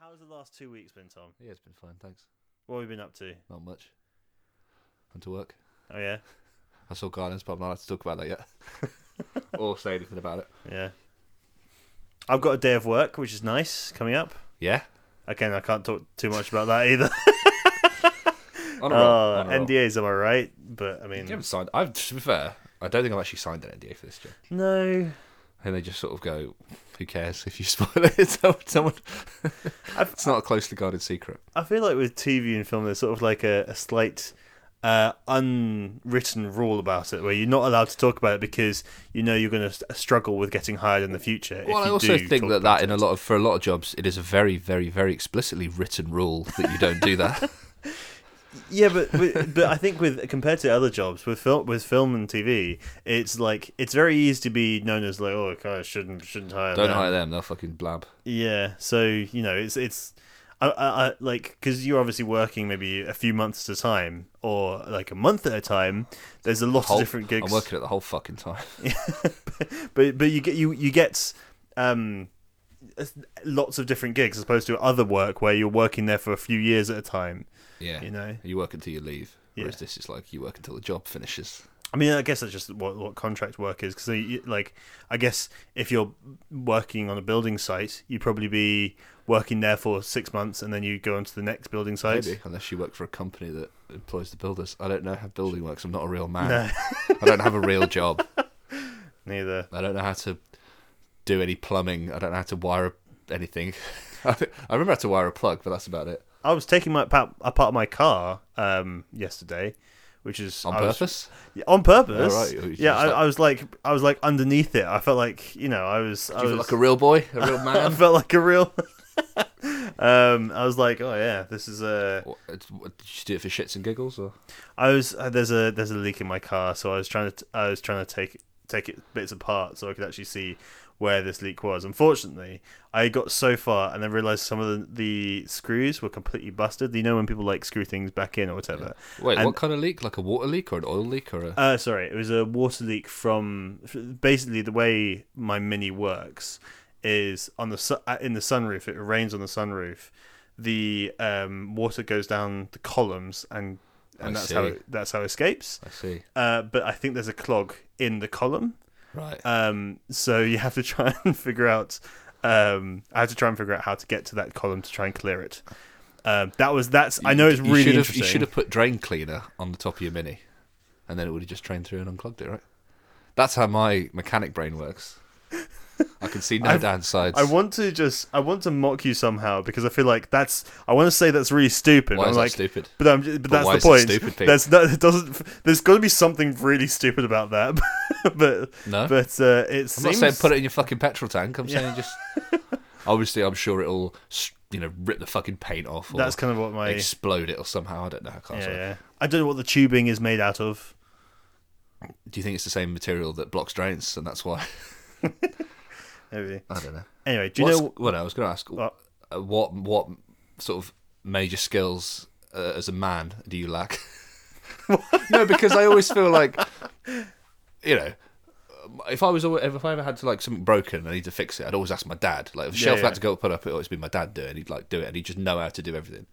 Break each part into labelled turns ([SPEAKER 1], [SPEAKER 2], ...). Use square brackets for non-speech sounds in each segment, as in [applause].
[SPEAKER 1] how's the last two weeks been, Tom?
[SPEAKER 2] Yeah, it's been fine, thanks.
[SPEAKER 1] What have we been up to?
[SPEAKER 2] Not much. Went to work.
[SPEAKER 1] Oh yeah,
[SPEAKER 2] I saw Guardians, but I'm not allowed to talk
[SPEAKER 1] [laughs]
[SPEAKER 2] about that yet. or say anything about it.
[SPEAKER 1] yeah. I've got a day of work, which is nice coming up.
[SPEAKER 2] Yeah?
[SPEAKER 1] Again, I can't talk too much about that either.
[SPEAKER 2] [laughs] On a roll,
[SPEAKER 1] Oh,
[SPEAKER 2] on a roll.
[SPEAKER 1] NDAs, am I right? But I
[SPEAKER 2] You
[SPEAKER 1] mean,
[SPEAKER 2] haven't signed. I've, to be fair, I don't think I've actually signed an NDA for this job.
[SPEAKER 1] no.
[SPEAKER 2] And they just sort of go, who cares if you [laughs] spoil it? Tell someone.
[SPEAKER 1] I've-
[SPEAKER 2] it's not a closely guarded secret.
[SPEAKER 1] I feel like with TV and film, there's sort of like a, a slight uh, unwritten rule about it, where you're not allowed to talk about it because you know you're going to struggle with getting hired in the future.
[SPEAKER 2] Well,
[SPEAKER 1] if
[SPEAKER 2] I
[SPEAKER 1] you do
[SPEAKER 2] also think
[SPEAKER 1] talk
[SPEAKER 2] that
[SPEAKER 1] about
[SPEAKER 2] that in a lot of for a lot of jobs, it is a very, very, very explicitly written rule that you don't do that.
[SPEAKER 1] Yeah, but, but but I think with compared to other jobs with film with film and TV, it's like it's very easy to be known as like oh [laughs] I shouldn't shouldn't hire
[SPEAKER 2] don't
[SPEAKER 1] them.
[SPEAKER 2] hire them; they'll fucking blab.
[SPEAKER 1] Yeah, so you know it's it's I I, I like because you're obviously working maybe a few months at a time or like a month at a time. There's a lot
[SPEAKER 2] Whole-
[SPEAKER 1] of different gigs,
[SPEAKER 2] I'm working it the whole fucking time.
[SPEAKER 1] but but you get you you get um lots of different gigs as opposed to other work where you're working there for a few years at a time.
[SPEAKER 2] Yeah,
[SPEAKER 1] You know.
[SPEAKER 2] you work until you leave. Whereas
[SPEAKER 1] Yeah.
[SPEAKER 2] this is like you work until the job finishes.
[SPEAKER 1] I mean, I guess that's just what, what contract work is. Because, like, I guess if you're working on a building site, you'd probably be working there for six months and then you go on to the next building site.
[SPEAKER 2] Maybe unless you work for a company that employs the builders. I don't know how building works. I'm not a real man.
[SPEAKER 1] No,
[SPEAKER 2] I don't have
[SPEAKER 1] [laughs]
[SPEAKER 2] a real job.
[SPEAKER 1] neither.
[SPEAKER 2] I don't know how to do any plumbing. I don't know how to wire anything. [laughs] I think- I remember how to wire a plug, but that's about it.
[SPEAKER 1] I was taking my apart, apart my car um, yesterday, which is
[SPEAKER 2] On
[SPEAKER 1] I was-
[SPEAKER 2] purpose?
[SPEAKER 1] Yeah, on purpose.
[SPEAKER 2] Oh, right, you just
[SPEAKER 1] Yeah, I,
[SPEAKER 2] like-
[SPEAKER 1] I was like, I was like underneath it. I felt like you know, I was. I
[SPEAKER 2] you feel
[SPEAKER 1] was-
[SPEAKER 2] like a real boy, a
[SPEAKER 1] [laughs]
[SPEAKER 2] real
[SPEAKER 1] I
[SPEAKER 2] man.
[SPEAKER 1] felt like a real. [laughs] um, I was like, oh yeah, this is a.
[SPEAKER 2] What- it's- what- Did you do it for shits and giggles, or
[SPEAKER 1] I was uh, there's a there's a leak in my car, so I was trying to t- I was trying to take take it bits apart so I could actually see where this leak was. Unfortunately, I got so far and then realized some of the, the screws were completely busted. You know when people like screw things back in or whatever.
[SPEAKER 2] wait,
[SPEAKER 1] And-
[SPEAKER 2] what kind of leak? Like a water leak or an oil leak or a?
[SPEAKER 1] Uh, sorry, it was a water leak from basically the way my mini works is on the su- uh, in the sunroof. It rains on the sunroof. The um, water goes down the columns and and
[SPEAKER 2] I
[SPEAKER 1] that's how
[SPEAKER 2] see.
[SPEAKER 1] it, that's how it escapes.
[SPEAKER 2] I see.
[SPEAKER 1] Uh, but I think there's a clog in the column.
[SPEAKER 2] Right.
[SPEAKER 1] Um, so you have to [laughs] try and figure out. Um, I have to try and figure out how to get to that column to try and clear it. Um, that was that's. I know it's
[SPEAKER 2] You
[SPEAKER 1] really
[SPEAKER 2] should have-
[SPEAKER 1] interesting.
[SPEAKER 2] You should have put drain cleaner on the top of your mini, and then it would have just drained through and unclogged it, right? That's how my mechanic brain works. I can see
[SPEAKER 1] [laughs]
[SPEAKER 2] no
[SPEAKER 1] I've-
[SPEAKER 2] downsides.
[SPEAKER 1] I want to just I want to mock you somehow because I feel like that's I want to say that's really stupid.
[SPEAKER 2] Why
[SPEAKER 1] I'm
[SPEAKER 2] is that
[SPEAKER 1] like,
[SPEAKER 2] stupid?
[SPEAKER 1] But, I'm, but, that's
[SPEAKER 2] why
[SPEAKER 1] the
[SPEAKER 2] is it
[SPEAKER 1] point.
[SPEAKER 2] stupid, Pete?
[SPEAKER 1] That's no, it doesn't. There's got to be something really stupid about that. [laughs] but
[SPEAKER 2] No?
[SPEAKER 1] but uh, it
[SPEAKER 2] I'm
[SPEAKER 1] seems
[SPEAKER 2] not saying put it in your fucking petrol tank. I'm saying
[SPEAKER 1] [laughs]
[SPEAKER 2] just. Obviously, I'm sure it'll s- you know rip the fucking paint off or
[SPEAKER 1] that's kind of what my
[SPEAKER 2] explode it or somehow. I don't know. I can't
[SPEAKER 1] yeah,
[SPEAKER 2] say.
[SPEAKER 1] yeah. I don't know what the tubing is made out of.
[SPEAKER 2] Do you think it's the same material that blocks drains, and that's why? [laughs]
[SPEAKER 1] Maybe.
[SPEAKER 2] I don't know.
[SPEAKER 1] Anyway, do you
[SPEAKER 2] What's-
[SPEAKER 1] know Oh.
[SPEAKER 2] Well, no, I was going to ask
[SPEAKER 1] What?
[SPEAKER 2] uh, what what sort of major skills uh, as a man do you lack? [laughs] no, because I always feel like you know. If I was alwa- if I ever had to like something broken and I need to fix it, I'd always ask my dad. Like if a
[SPEAKER 1] Yeah,
[SPEAKER 2] shelf
[SPEAKER 1] yeah.
[SPEAKER 2] had to go put up, it'd always be my dad do it. And he'd like do it, and he'd just know how to do everything.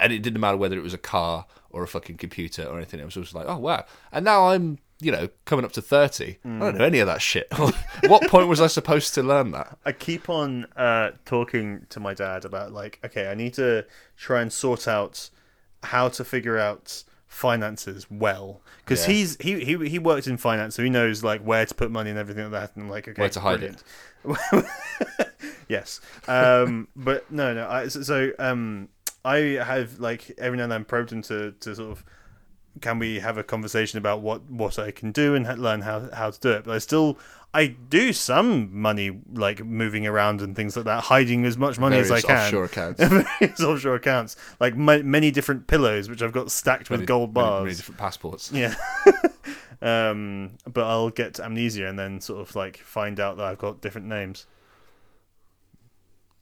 [SPEAKER 2] And it didn't matter whether it was a car or a fucking computer or anything. It was always like, oh wow. And now I'm you know coming up to thirty. I
[SPEAKER 1] Mm.
[SPEAKER 2] don't know any of that shit. [laughs] what point was I supposed to learn that?
[SPEAKER 1] I keep on uh, talking to my dad about like, okay, I need to try and sort out how to figure out finances well because
[SPEAKER 2] Yeah.
[SPEAKER 1] he's he, he he worked in finance, so he knows like where to put money and everything like that, and like okay,
[SPEAKER 2] Where to hide
[SPEAKER 1] brilliant. yes, um, but no, no. I, so so um, I have like every now and then probed him to to sort of can we have a conversation about what what I can do and ha- learn how how to do it? But I still I do some money like moving around and things like that, hiding as much money as I
[SPEAKER 2] Various
[SPEAKER 1] can. [laughs]
[SPEAKER 2] offshore accounts.
[SPEAKER 1] Various offshore accounts, like ma- many different pillows, which I've got stacked with
[SPEAKER 2] Many-
[SPEAKER 1] gold
[SPEAKER 2] many-
[SPEAKER 1] bars.
[SPEAKER 2] many different passports.
[SPEAKER 1] Yeah. um, but I'll get amnesia and then sort of like find out that I've got different names.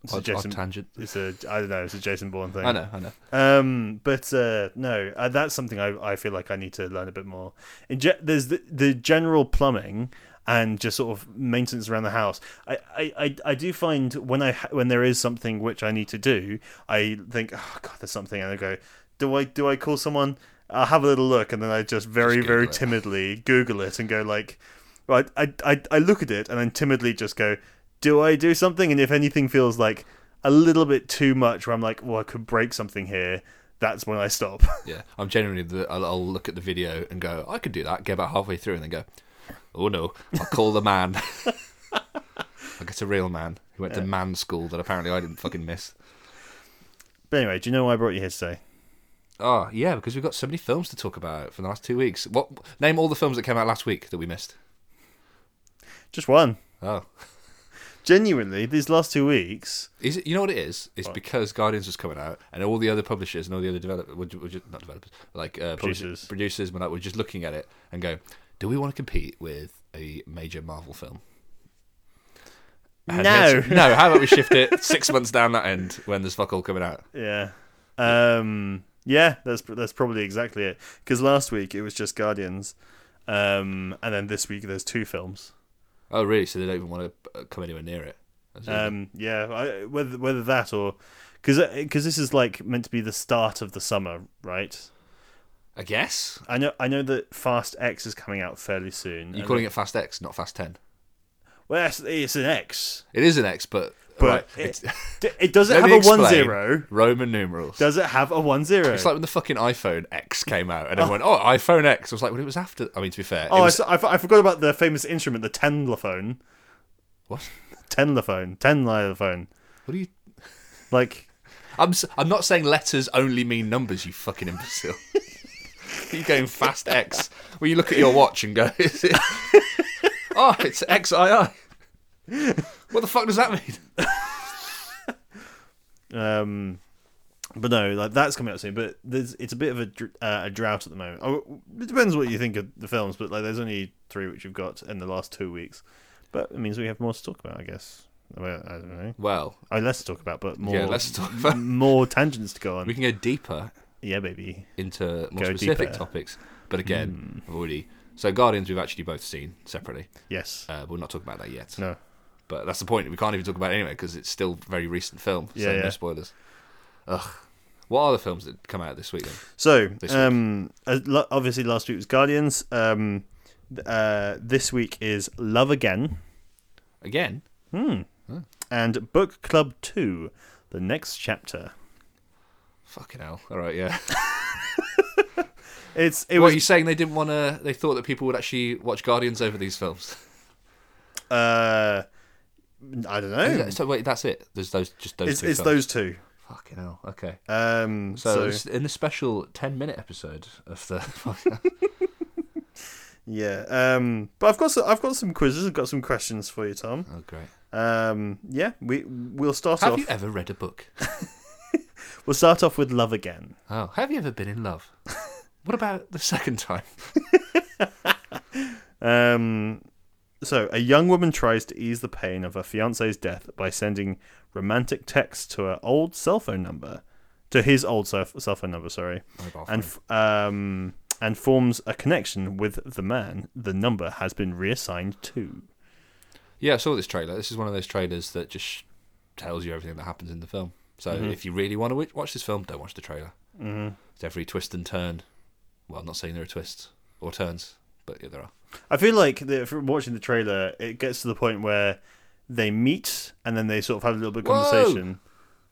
[SPEAKER 1] It's a
[SPEAKER 2] Odd, odd
[SPEAKER 1] Jason.
[SPEAKER 2] tangent.
[SPEAKER 1] It's a I don't know. It's a Jason Bourne thing.
[SPEAKER 2] I know, I know.
[SPEAKER 1] Um, but uh, no, uh, that's something I, I feel like I need to learn a bit more. In ge- there's the, the general plumbing. and just sort of maintenance around the house. I, I, I, I do find when I ha- when there is something which I need to do, I think, oh god, there's something, and I go, do I do I call someone? I'll have a little look, and then I just very
[SPEAKER 2] Just Google
[SPEAKER 1] very
[SPEAKER 2] it.
[SPEAKER 1] timidly Google it and go like, right, I, I I look at it and then timidly just go, do I do something? And if anything feels like a little bit too much, where I'm like, well, I could break something here. That's when I stop. [laughs]
[SPEAKER 2] Yeah, I'm generally the. I'll, I'll look at the video and go, I could do that. Get about halfway through and then go, oh no, I'll call the man. [laughs] I get a real man who went to man school that apparently I didn't fucking miss.
[SPEAKER 1] but anyway, do you know why I brought you here today?
[SPEAKER 2] Oh yeah, because we've got so many films to talk about for the last two weeks. What name all the films that came out last week that we missed?
[SPEAKER 1] Just one.
[SPEAKER 2] Oh,
[SPEAKER 1] Genuinely, these last two weeks,
[SPEAKER 2] is it? You know what it is? It's because Guardians was coming out, and all the other publishers and all the other developers, were, ju- were ju- not developers, like
[SPEAKER 1] Producers.
[SPEAKER 2] uh, producers, producers, were like, we're just looking at it and go, do we want to compete with a major Marvel film? And
[SPEAKER 1] No.
[SPEAKER 2] let's- no. How about we shift it [laughs] six months down that end when there's fuck all coming out?
[SPEAKER 1] yeah, um, yeah, that's that's probably exactly it. Because last week it was just Guardians, um, and then this week there's two films.
[SPEAKER 2] Oh, really? So they don't even want to uh, come anywhere near it. That's it.
[SPEAKER 1] Um, yeah, I, whether whether that or because because this is like meant to be the start of the summer, right?
[SPEAKER 2] I guess
[SPEAKER 1] I know I know that Fast X is coming out fairly soon.
[SPEAKER 2] you're calling it Fast X, not Fast Ten.
[SPEAKER 1] well, it's, it's an X,
[SPEAKER 2] It is an X, but
[SPEAKER 1] but
[SPEAKER 2] right,
[SPEAKER 1] it, [laughs]
[SPEAKER 2] it's-
[SPEAKER 1] it doesn't
[SPEAKER 2] Let
[SPEAKER 1] have a
[SPEAKER 2] me
[SPEAKER 1] one
[SPEAKER 2] explain.
[SPEAKER 1] zero.
[SPEAKER 2] Roman numerals.
[SPEAKER 1] Does it have a one zero?
[SPEAKER 2] It's like when the fucking iPhone X came out, and everyone, oh, iPhone X. I was like, well, it was after. I mean, to be fair, it
[SPEAKER 1] Oh, I
[SPEAKER 2] was-
[SPEAKER 1] s- I, f- I forgot about the famous instrument, the tenlophone.
[SPEAKER 2] what?
[SPEAKER 1] Tenlophone. Tenlophone.
[SPEAKER 2] What are you?
[SPEAKER 1] Like,
[SPEAKER 2] I'm s- I'm not saying letters only mean numbers. You
[SPEAKER 1] [laughs]
[SPEAKER 2] fucking imbecile. you going fast X? Well, you look at your watch and go, [laughs]
[SPEAKER 1] [laughs]
[SPEAKER 2] is it? oh, it's XII. What the fuck does that mean?
[SPEAKER 1] um, but no, like that's coming out soon. But there's, it's a bit of a, dr- uh, a drought at the moment. Oh, it depends what you think of the films, but like, there's only three which you've got in the last two weeks. But it means we have more to talk about, I guess. Well, I don't know.
[SPEAKER 2] Well,
[SPEAKER 1] Oh, less to talk about, but more.
[SPEAKER 2] yeah, let's talk about.
[SPEAKER 1] more tangents to go on.
[SPEAKER 2] We can go deeper
[SPEAKER 1] Yeah, baby.
[SPEAKER 2] into more
[SPEAKER 1] Go
[SPEAKER 2] specific
[SPEAKER 1] deeper. Hmm.
[SPEAKER 2] topics, but again, I've already. So Guardians, we've actually both seen separately.
[SPEAKER 1] Yes.
[SPEAKER 2] Uh, we'll not talk about that yet.
[SPEAKER 1] No.
[SPEAKER 2] But that's the point. We can't even talk about it anyway because it's still a very recent film. So
[SPEAKER 1] Yeah, yeah.
[SPEAKER 2] no spoilers. Ugh. What are the films that come out this week then?
[SPEAKER 1] So,
[SPEAKER 2] This week.
[SPEAKER 1] um, uh, lo- obviously, last week was Guardians. Um, th- uh, this week is Love Again
[SPEAKER 2] Again?
[SPEAKER 1] and Book Club 2, the next chapter.
[SPEAKER 2] Fucking hell. All right, yeah.
[SPEAKER 1] It's it
[SPEAKER 2] what
[SPEAKER 1] was
[SPEAKER 2] are you saying? They didn't want to. They thought that people would actually watch Guardians over these films.
[SPEAKER 1] uh, I don't
[SPEAKER 2] Is
[SPEAKER 1] know.
[SPEAKER 2] that- so wait, that's it. There's those just those
[SPEAKER 1] Oh. It's
[SPEAKER 2] two
[SPEAKER 1] it's
[SPEAKER 2] films.
[SPEAKER 1] those two.
[SPEAKER 2] Fucking hell. Okay.
[SPEAKER 1] Um,
[SPEAKER 2] So,
[SPEAKER 1] so,
[SPEAKER 2] it's in the special ten minute episode of the. [laughs]
[SPEAKER 1] yeah. Um, but I've got so, I've got some quizzes. I've got some questions for you, Tom.
[SPEAKER 2] oh great.
[SPEAKER 1] Um, yeah. We we'll start
[SPEAKER 2] Have
[SPEAKER 1] off.
[SPEAKER 2] you ever read a book?
[SPEAKER 1] We'll start off with Love Again.
[SPEAKER 2] Oh, have you ever been
[SPEAKER 1] [laughs]
[SPEAKER 2] in love? What about the second time?
[SPEAKER 1] Um, so, a young woman tries to ease the pain of her fiance's death by sending romantic texts to her old cell phone number, to his old cell, cell phone number, sorry,
[SPEAKER 2] Mobile
[SPEAKER 1] and
[SPEAKER 2] phone.
[SPEAKER 1] f- um, and forms a connection with the man the number has been reassigned to.
[SPEAKER 2] Yeah, I saw this trailer. This is one of those trailers that just sh- tells you everything that happens in the film. So
[SPEAKER 1] Mm-hmm.
[SPEAKER 2] if you really want to w- watch this film, don't watch the trailer. Mm-hmm. It's every twist and turn. Well, I'm not saying there are twists or turns, but yeah, there are.
[SPEAKER 1] I feel like the, from watching the trailer, it gets to the point where they meet and then they sort of have a little bit of
[SPEAKER 2] Whoa!
[SPEAKER 1] conversation.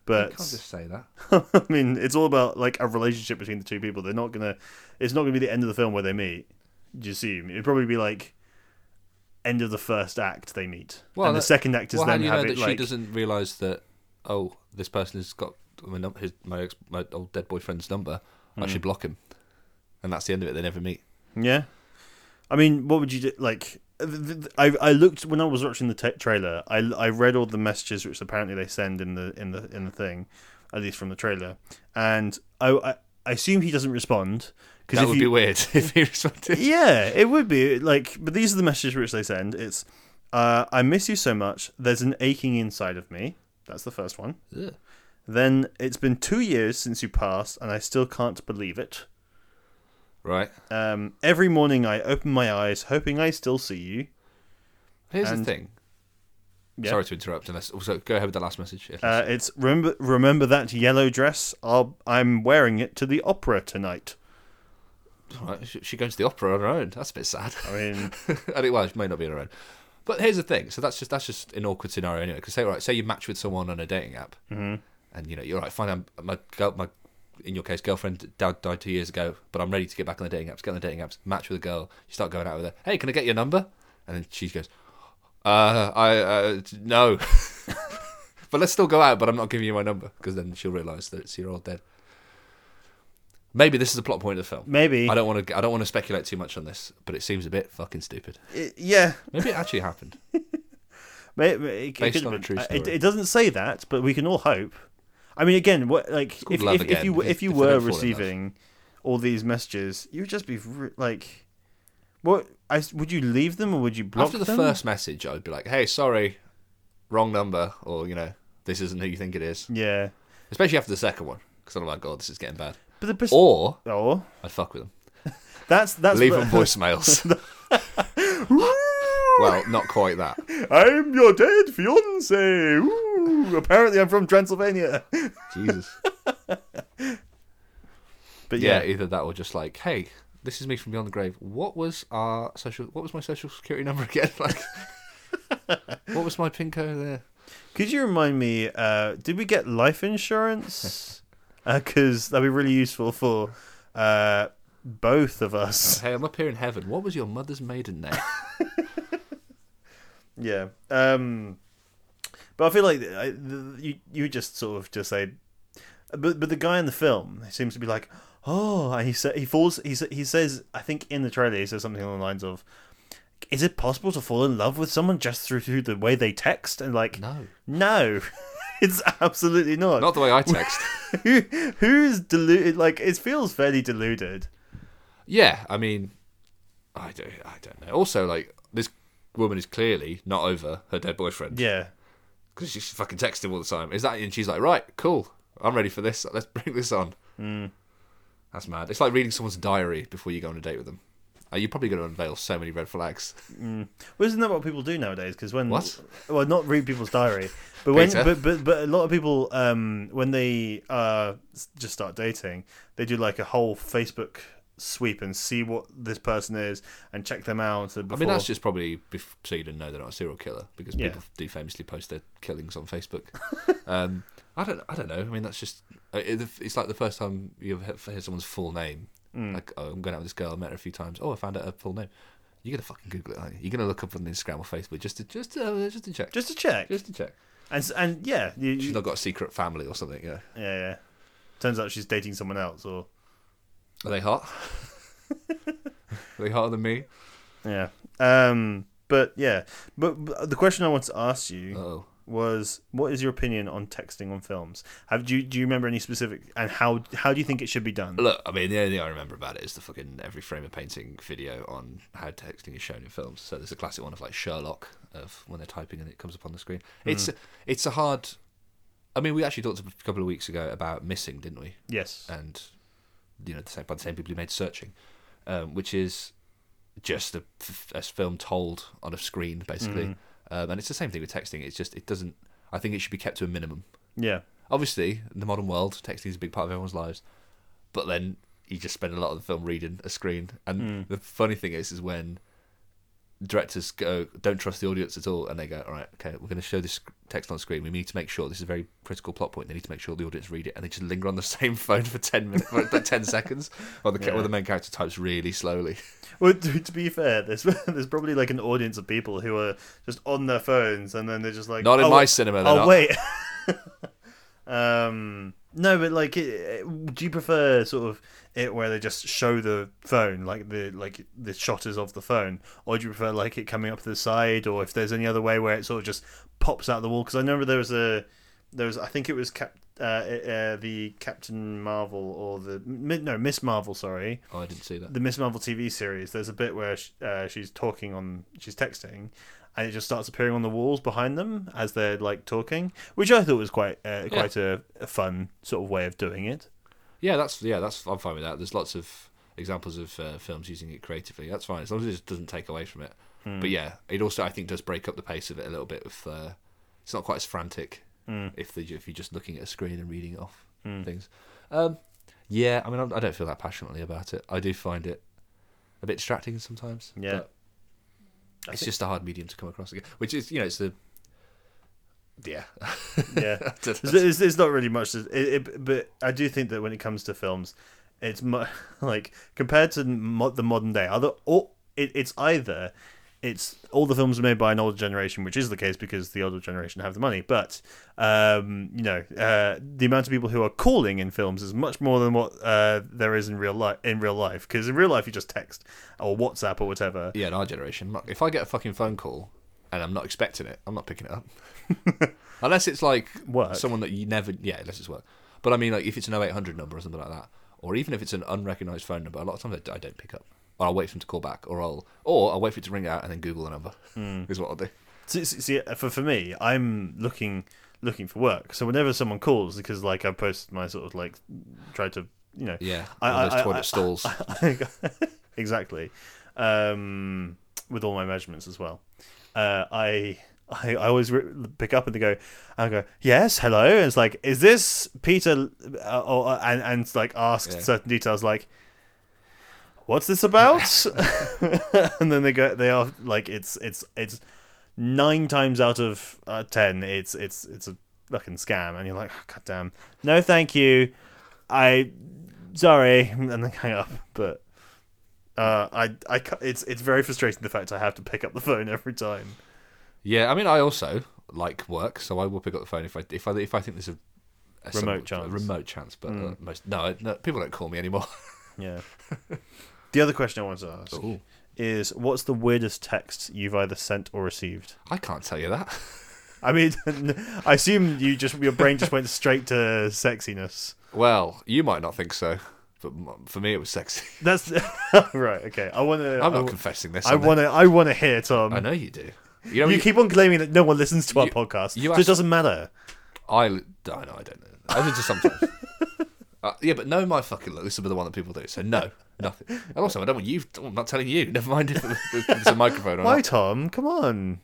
[SPEAKER 1] But
[SPEAKER 2] say that.
[SPEAKER 1] [laughs] I mean, it's all about like a relationship between the two people. They're not gonna. It's not gonna be the end of the film where they meet. Do you assume it'd probably be like end of the first act they meet,
[SPEAKER 2] Well,
[SPEAKER 1] and the
[SPEAKER 2] that-
[SPEAKER 1] second act is
[SPEAKER 2] Well, how
[SPEAKER 1] then
[SPEAKER 2] do you know
[SPEAKER 1] having
[SPEAKER 2] that she
[SPEAKER 1] like
[SPEAKER 2] doesn't realise that? Oh, this person has got my num- his my, ex- my old dead boyfriend's number. I
[SPEAKER 1] Mm-hmm.
[SPEAKER 2] should block him, and that's the end of it. They never meet.
[SPEAKER 1] yeah. I mean, what would you do? Like, th- th- th- I I looked when I was watching the t- trailer. I I read all the messages which apparently they send in the in the in the thing, at least from the trailer, and I I, I assume he doesn't respond because
[SPEAKER 2] That
[SPEAKER 1] if
[SPEAKER 2] would
[SPEAKER 1] you,
[SPEAKER 2] be weird [laughs] if he responded.
[SPEAKER 1] yeah, it would be like. But these are the messages which they send. It's, uh, I miss you so much. There's an aching inside of me. That's the first one.
[SPEAKER 2] Ugh.
[SPEAKER 1] Then it's been two years since you passed, and I still can't believe it.
[SPEAKER 2] Right.
[SPEAKER 1] Um, every morning I open my eyes, hoping I still see you.
[SPEAKER 2] Here's the
[SPEAKER 1] And-
[SPEAKER 2] thing.
[SPEAKER 1] Yeah.
[SPEAKER 2] Sorry to interrupt. Unless also go ahead with the last message. Yeah,
[SPEAKER 1] Uh, it's remember remember that yellow dress. I'll, I'm wearing it to the opera tonight.
[SPEAKER 2] All right, she, she goes to the opera on her own. That's a bit sad. [laughs]
[SPEAKER 1] I mean,
[SPEAKER 2] and it well, it may not be on her own. But here's the thing. So that's just that's just an awkward scenario anyway. Because say right, say you match with someone on a dating app, and you know you're right. Fine, I'm, my girl, my in your case, girlfriend died, died two years ago, but I'm ready to get back on the dating apps. Get on the dating apps, match with a girl. You start going out with her. Hey, can I get your number? And then she goes, uh, I uh, no. [laughs] but let's still go out. But I'm not giving you my number because then she'll realise that it's your old dead. Maybe this is the plot point of the film.
[SPEAKER 1] maybe.
[SPEAKER 2] I don't want to. I don't want to speculate too much on this, but it seems a bit fucking stupid.
[SPEAKER 1] It- yeah,
[SPEAKER 2] Maybe it
[SPEAKER 1] [laughs]
[SPEAKER 2] actually happened.
[SPEAKER 1] may- may- it,
[SPEAKER 2] Based
[SPEAKER 1] could-
[SPEAKER 2] on a true
[SPEAKER 1] uh, It,
[SPEAKER 2] story.
[SPEAKER 1] it doesn't say that, but we can all hope. I mean, again, what like if,
[SPEAKER 2] love
[SPEAKER 1] if, if
[SPEAKER 2] again,
[SPEAKER 1] you
[SPEAKER 2] if-
[SPEAKER 1] if you
[SPEAKER 2] if they
[SPEAKER 1] were
[SPEAKER 2] don't fall in love.
[SPEAKER 1] receiving all these messages, you would just be re- like, what? I s would you leave them or would you block
[SPEAKER 2] After the
[SPEAKER 1] them?
[SPEAKER 2] first message, I'd be like, "Hey, sorry, wrong number," or you know, "This isn't who you think it is."
[SPEAKER 1] Yeah,
[SPEAKER 2] Especially after the second one, because I'm like, "God, this is getting bad."
[SPEAKER 1] but the pers-
[SPEAKER 2] Or
[SPEAKER 1] oh,
[SPEAKER 2] I'd fuck with them,
[SPEAKER 1] that's that's
[SPEAKER 2] leave
[SPEAKER 1] [laughs] what-
[SPEAKER 2] them voicemails.
[SPEAKER 1] [laughs]
[SPEAKER 2] well, not quite that.
[SPEAKER 1] I'm your dead fiance. Ooh, apparently, I'm from Transylvania.
[SPEAKER 2] Jesus.
[SPEAKER 1] But
[SPEAKER 2] Yeah,
[SPEAKER 1] yeah,
[SPEAKER 2] either that or just like, "Hey, this is me from beyond the grave. What was our social? What was my social security number [laughs] again? Like, what was my pin code there?"
[SPEAKER 1] could you remind me? Uh, did we get life insurance? Because that'd be really useful for uh, both of us.
[SPEAKER 2] Hey, I'm up here in heaven. What was your mother's maiden name?
[SPEAKER 1] Yeah. Um, but I feel like I, the, you you just sort of just say, but but the guy in the film seems to be like, oh, and he sa- he falls he sa- he says I think in the trailer he says something along the lines of. Is it possible to fall in love with someone just through, through the way they text? And like,
[SPEAKER 2] No.
[SPEAKER 1] No, [laughs] it's absolutely not.
[SPEAKER 2] Not the way I text.
[SPEAKER 1] [laughs]
[SPEAKER 2] [laughs]
[SPEAKER 1] Who, who's deluded? Like, it feels fairly deluded.
[SPEAKER 2] yeah, I mean, I don't, I don't know. Also, like this woman is clearly not over her dead boyfriend
[SPEAKER 1] Yeah.
[SPEAKER 2] because she's fucking texting all the time. Is that? And she's like, right, cool, I'm ready for this. Let's bring this on. That's mad. It's like reading someone's diary before you go on a date with them. Uh, you're probably going to unveil so many red flags.
[SPEAKER 1] Well, isn't that what people do nowadays? Because when
[SPEAKER 2] What?
[SPEAKER 1] well, not read people's diary, but when
[SPEAKER 2] Peter.
[SPEAKER 1] but, but but a lot of people um when they uh s- just start dating, they do like a whole Facebook sweep and see what this person is and check them out. Before.
[SPEAKER 2] I mean, that's just probably bef- so you don't know they're not a serial killer because
[SPEAKER 1] Yeah.
[SPEAKER 2] people do famously post their killings
[SPEAKER 1] [laughs]
[SPEAKER 2] on Facebook. um, I don't, I don't know. I mean, that's just uh, it- it's like the first time you ever he- hear someone's full name.
[SPEAKER 1] Mm.
[SPEAKER 2] Like, oh, I'm going out with this girl. I met her a few times. Oh, I found out her full name. You're gonna fucking Google it, aren't you? You're gonna look up on Instagram or Facebook just to just to, uh, just to check,
[SPEAKER 1] just to check
[SPEAKER 2] just to check.
[SPEAKER 1] and s- and yeah, you, you-
[SPEAKER 2] She's not got a secret family or something. Yeah,
[SPEAKER 1] yeah yeah. Turns out she's dating someone else, or
[SPEAKER 2] are they
[SPEAKER 1] [laughs]
[SPEAKER 2] hot? are they hotter than me?
[SPEAKER 1] Yeah. Um. But yeah. But, but the question I want to ask you
[SPEAKER 2] Oh,
[SPEAKER 1] was, what is your opinion on texting on films? Have do you, do you remember any specific? And how how do you think it should be done?
[SPEAKER 2] Look, I mean, the only thing I remember about it is the fucking every frame of painting video on how texting is shown in films. So there's a classic one of like Sherlock of when they're typing and it comes up on the screen. It's it's a hard. I mean, we actually talked a couple of weeks ago about missing, didn't we?
[SPEAKER 1] Yes.
[SPEAKER 2] And you know, the same by the same people who made Searching, um, which is just a, f- a film told on a screen basically. Um, and it's the same thing with texting. It's just it doesn't. I think it should be kept to a minimum
[SPEAKER 1] Yeah.
[SPEAKER 2] obviously in the modern world texting is a big part of everyone's lives but then you just spend a lot of the film reading a screen and
[SPEAKER 1] Hmm.
[SPEAKER 2] the funny thing is is when directors go don't trust the audience at all and they go all right okay we're going to show this text on screen we need to make sure this is a very critical plot point they need to make sure the audience read it and they just linger on the [laughs] same phone for 10 minutes for like 10 seconds while the, ca-
[SPEAKER 1] Yeah.
[SPEAKER 2] while the main character types really slowly
[SPEAKER 1] Well, [laughs] to, to be fair, there's [laughs] there's probably like an audience of people who are just on their phones, and then they're just like,
[SPEAKER 2] not in
[SPEAKER 1] oh,
[SPEAKER 2] my cinema they're
[SPEAKER 1] Oh
[SPEAKER 2] not.
[SPEAKER 1] wait. [laughs] um. No, but like, it, it- do you prefer sort of it where they just show the phone, like the like the shot is of the phone, or do you prefer like it coming up to the side, or if there's any other way where it sort of just pops out the wall? Because I remember there was a there was I think it was Cap. Uh, uh, the Captain Marvel or the Mi- no Miss Marvel, sorry,
[SPEAKER 2] oh i didn't see that
[SPEAKER 1] the Miss Marvel TV series, there's a bit where sh uh, she's talking on, she's texting, and it just starts appearing on the walls behind them as they're like talking, which I thought was quite uh, quite a, a fun sort of way of doing it.
[SPEAKER 2] Yeah, that's yeah, that's I'm fine with that. There's lots of examples of uh, films using it creatively. That's fine as long as it just doesn't take away from it. But yeah, it also I think does break up the pace of it a little bit. If uh, it's not quite as frantic if the, if you're just looking at a screen and reading off things. Um, yeah, I mean I, I don't feel that passionately about it. I do find it a bit distracting sometimes.
[SPEAKER 1] Yeah.
[SPEAKER 2] but it's just a hard medium to come across again, which is you know it's the yeah
[SPEAKER 1] yeah.
[SPEAKER 2] don't
[SPEAKER 1] It's, it's, it's not really much, to, it, it, but I do think that when it comes to films, it's mu- [laughs] like compared to mo- the modern day, other or it, it's either it's all the films are made by an older generation, which is the case because the older generation have the money, but um, you know uh, the amount of people who are calling in films is much more than what uh, there is in real life. In real life, because in real life you just text or WhatsApp or whatever.
[SPEAKER 2] yeah in our generation. Mark, If I get a fucking phone call and I'm not expecting it, I'm not picking it up
[SPEAKER 1] [laughs]
[SPEAKER 2] unless it's like
[SPEAKER 1] Work.
[SPEAKER 2] someone that you never yeah unless it's work. But I mean like if it's an 0800 number or something like that, or even if it's an unrecognised phone number, a lot of times I d- I don't pick up. Or I'll wait for them to call back, or I'll or I'll wait for it to ring out and then Google the number.
[SPEAKER 1] Hmm.
[SPEAKER 2] Is what I'll do.
[SPEAKER 1] See, see, see, uh, for for me, I'm looking looking for work. So whenever someone calls, because like I posted my sort of like try to you know
[SPEAKER 2] Yeah,
[SPEAKER 1] I-
[SPEAKER 2] all those
[SPEAKER 1] I- I-
[SPEAKER 2] toilet
[SPEAKER 1] I-
[SPEAKER 2] stalls.
[SPEAKER 1] [laughs] exactly um, with all my measurements as well. Uh, I. I, I always re- pick up and they go, I go, yes, hello. And it's like, is this Peter? Uh, or, and and it's like asks
[SPEAKER 2] Yeah.
[SPEAKER 1] certain details, like, what's this about? [laughs] and then they go, they are like, it's it's it's nine times out of uh, ten, it's it's it's a fucking scam. And you're like, oh, god damn, no, thank you, I sorry, and then hang up. But uh, I I ca- it's it's very frustrating the fact I have to pick up the phone every time.
[SPEAKER 2] [laughs] Yeah, I mean, I also like work, so I will pick up the phone if I if I if I think there's a, a
[SPEAKER 1] Remote chance. Hmm.
[SPEAKER 2] a remote chance. But uh, most no, I- no, people don't call me anymore. [laughs]
[SPEAKER 1] Yeah. [laughs] the other question I wanted to ask
[SPEAKER 2] Ooh.
[SPEAKER 1] is, what's the weirdest text you've either sent or received?
[SPEAKER 2] I can't tell you that.
[SPEAKER 1] I mean, [laughs] I assume you just your brain just went straight to sexiness.
[SPEAKER 2] Well, you might not think so, but m- for me, it was sexy. [laughs]
[SPEAKER 1] That's [laughs] right. Okay, I want to.
[SPEAKER 2] I'm not confessing this.
[SPEAKER 1] I
[SPEAKER 2] am I?
[SPEAKER 1] want to. I want to hear Tom.
[SPEAKER 2] I know you do. You know,
[SPEAKER 1] You
[SPEAKER 2] you-
[SPEAKER 1] keep on claiming that no one listens to our
[SPEAKER 2] You-
[SPEAKER 1] podcast.
[SPEAKER 2] you
[SPEAKER 1] so
[SPEAKER 2] actually-
[SPEAKER 1] it doesn't matter.
[SPEAKER 2] I li- no, no, I don't know. I listen to
[SPEAKER 1] [laughs]
[SPEAKER 2] sometimes. Uh, yeah, but no, my fucking look. This is the one that people do. So no, nothing. And also, I don't want you. I'm not telling you. Never mind if there's there's a
[SPEAKER 1] [laughs]
[SPEAKER 2] microphone. Or
[SPEAKER 1] Why,
[SPEAKER 2] not.
[SPEAKER 1] Tom? Come on.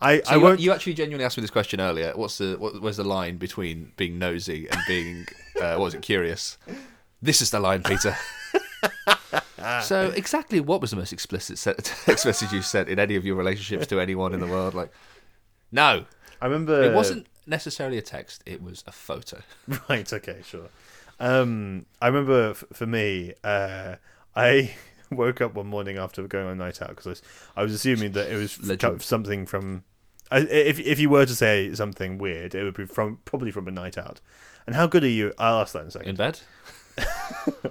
[SPEAKER 1] I,
[SPEAKER 2] So
[SPEAKER 1] I
[SPEAKER 2] you,
[SPEAKER 1] won't.
[SPEAKER 2] you actually genuinely asked me this question earlier. What's the what, where's the line between being nosy and being uh, what was it curious? This is the line, Peter. so exactly what was the most explicit se- [laughs] text message you sent in any of your relationships to anyone in the world? Like, no,
[SPEAKER 1] I remember
[SPEAKER 2] it wasn't necessarily a text. It was a photo.
[SPEAKER 1] [laughs] Right. Okay. Sure. Um, I remember f- for me, uh, I [laughs] woke up one morning after going on a night out because I, was- I was assuming that it was
[SPEAKER 2] Legend.
[SPEAKER 1] something from. I- If if you were to say something weird, it would be from probably from a night out. And how good are you? I'll ask that in a second.
[SPEAKER 2] In bed.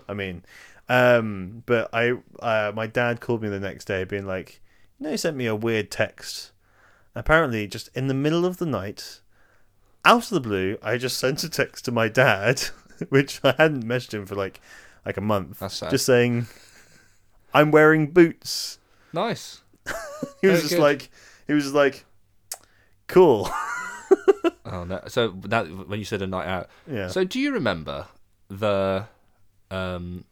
[SPEAKER 1] I mean, um, but I, uh, my dad called me the next day, being like, "You know, you sent me a weird text. Apparently, just in the middle of the night, out of the blue, I just sent a text to my dad, [laughs] which I hadn't messaged him for like, like a month.
[SPEAKER 2] That's sad.
[SPEAKER 1] Just saying, I'm wearing boots. [laughs]
[SPEAKER 2] Nice.
[SPEAKER 1] He was
[SPEAKER 2] Very
[SPEAKER 1] just
[SPEAKER 2] good.
[SPEAKER 1] like, he was just like, cool. [laughs]
[SPEAKER 2] Oh no! So that when you said a night out,
[SPEAKER 1] Yeah.
[SPEAKER 2] So do you remember the, um,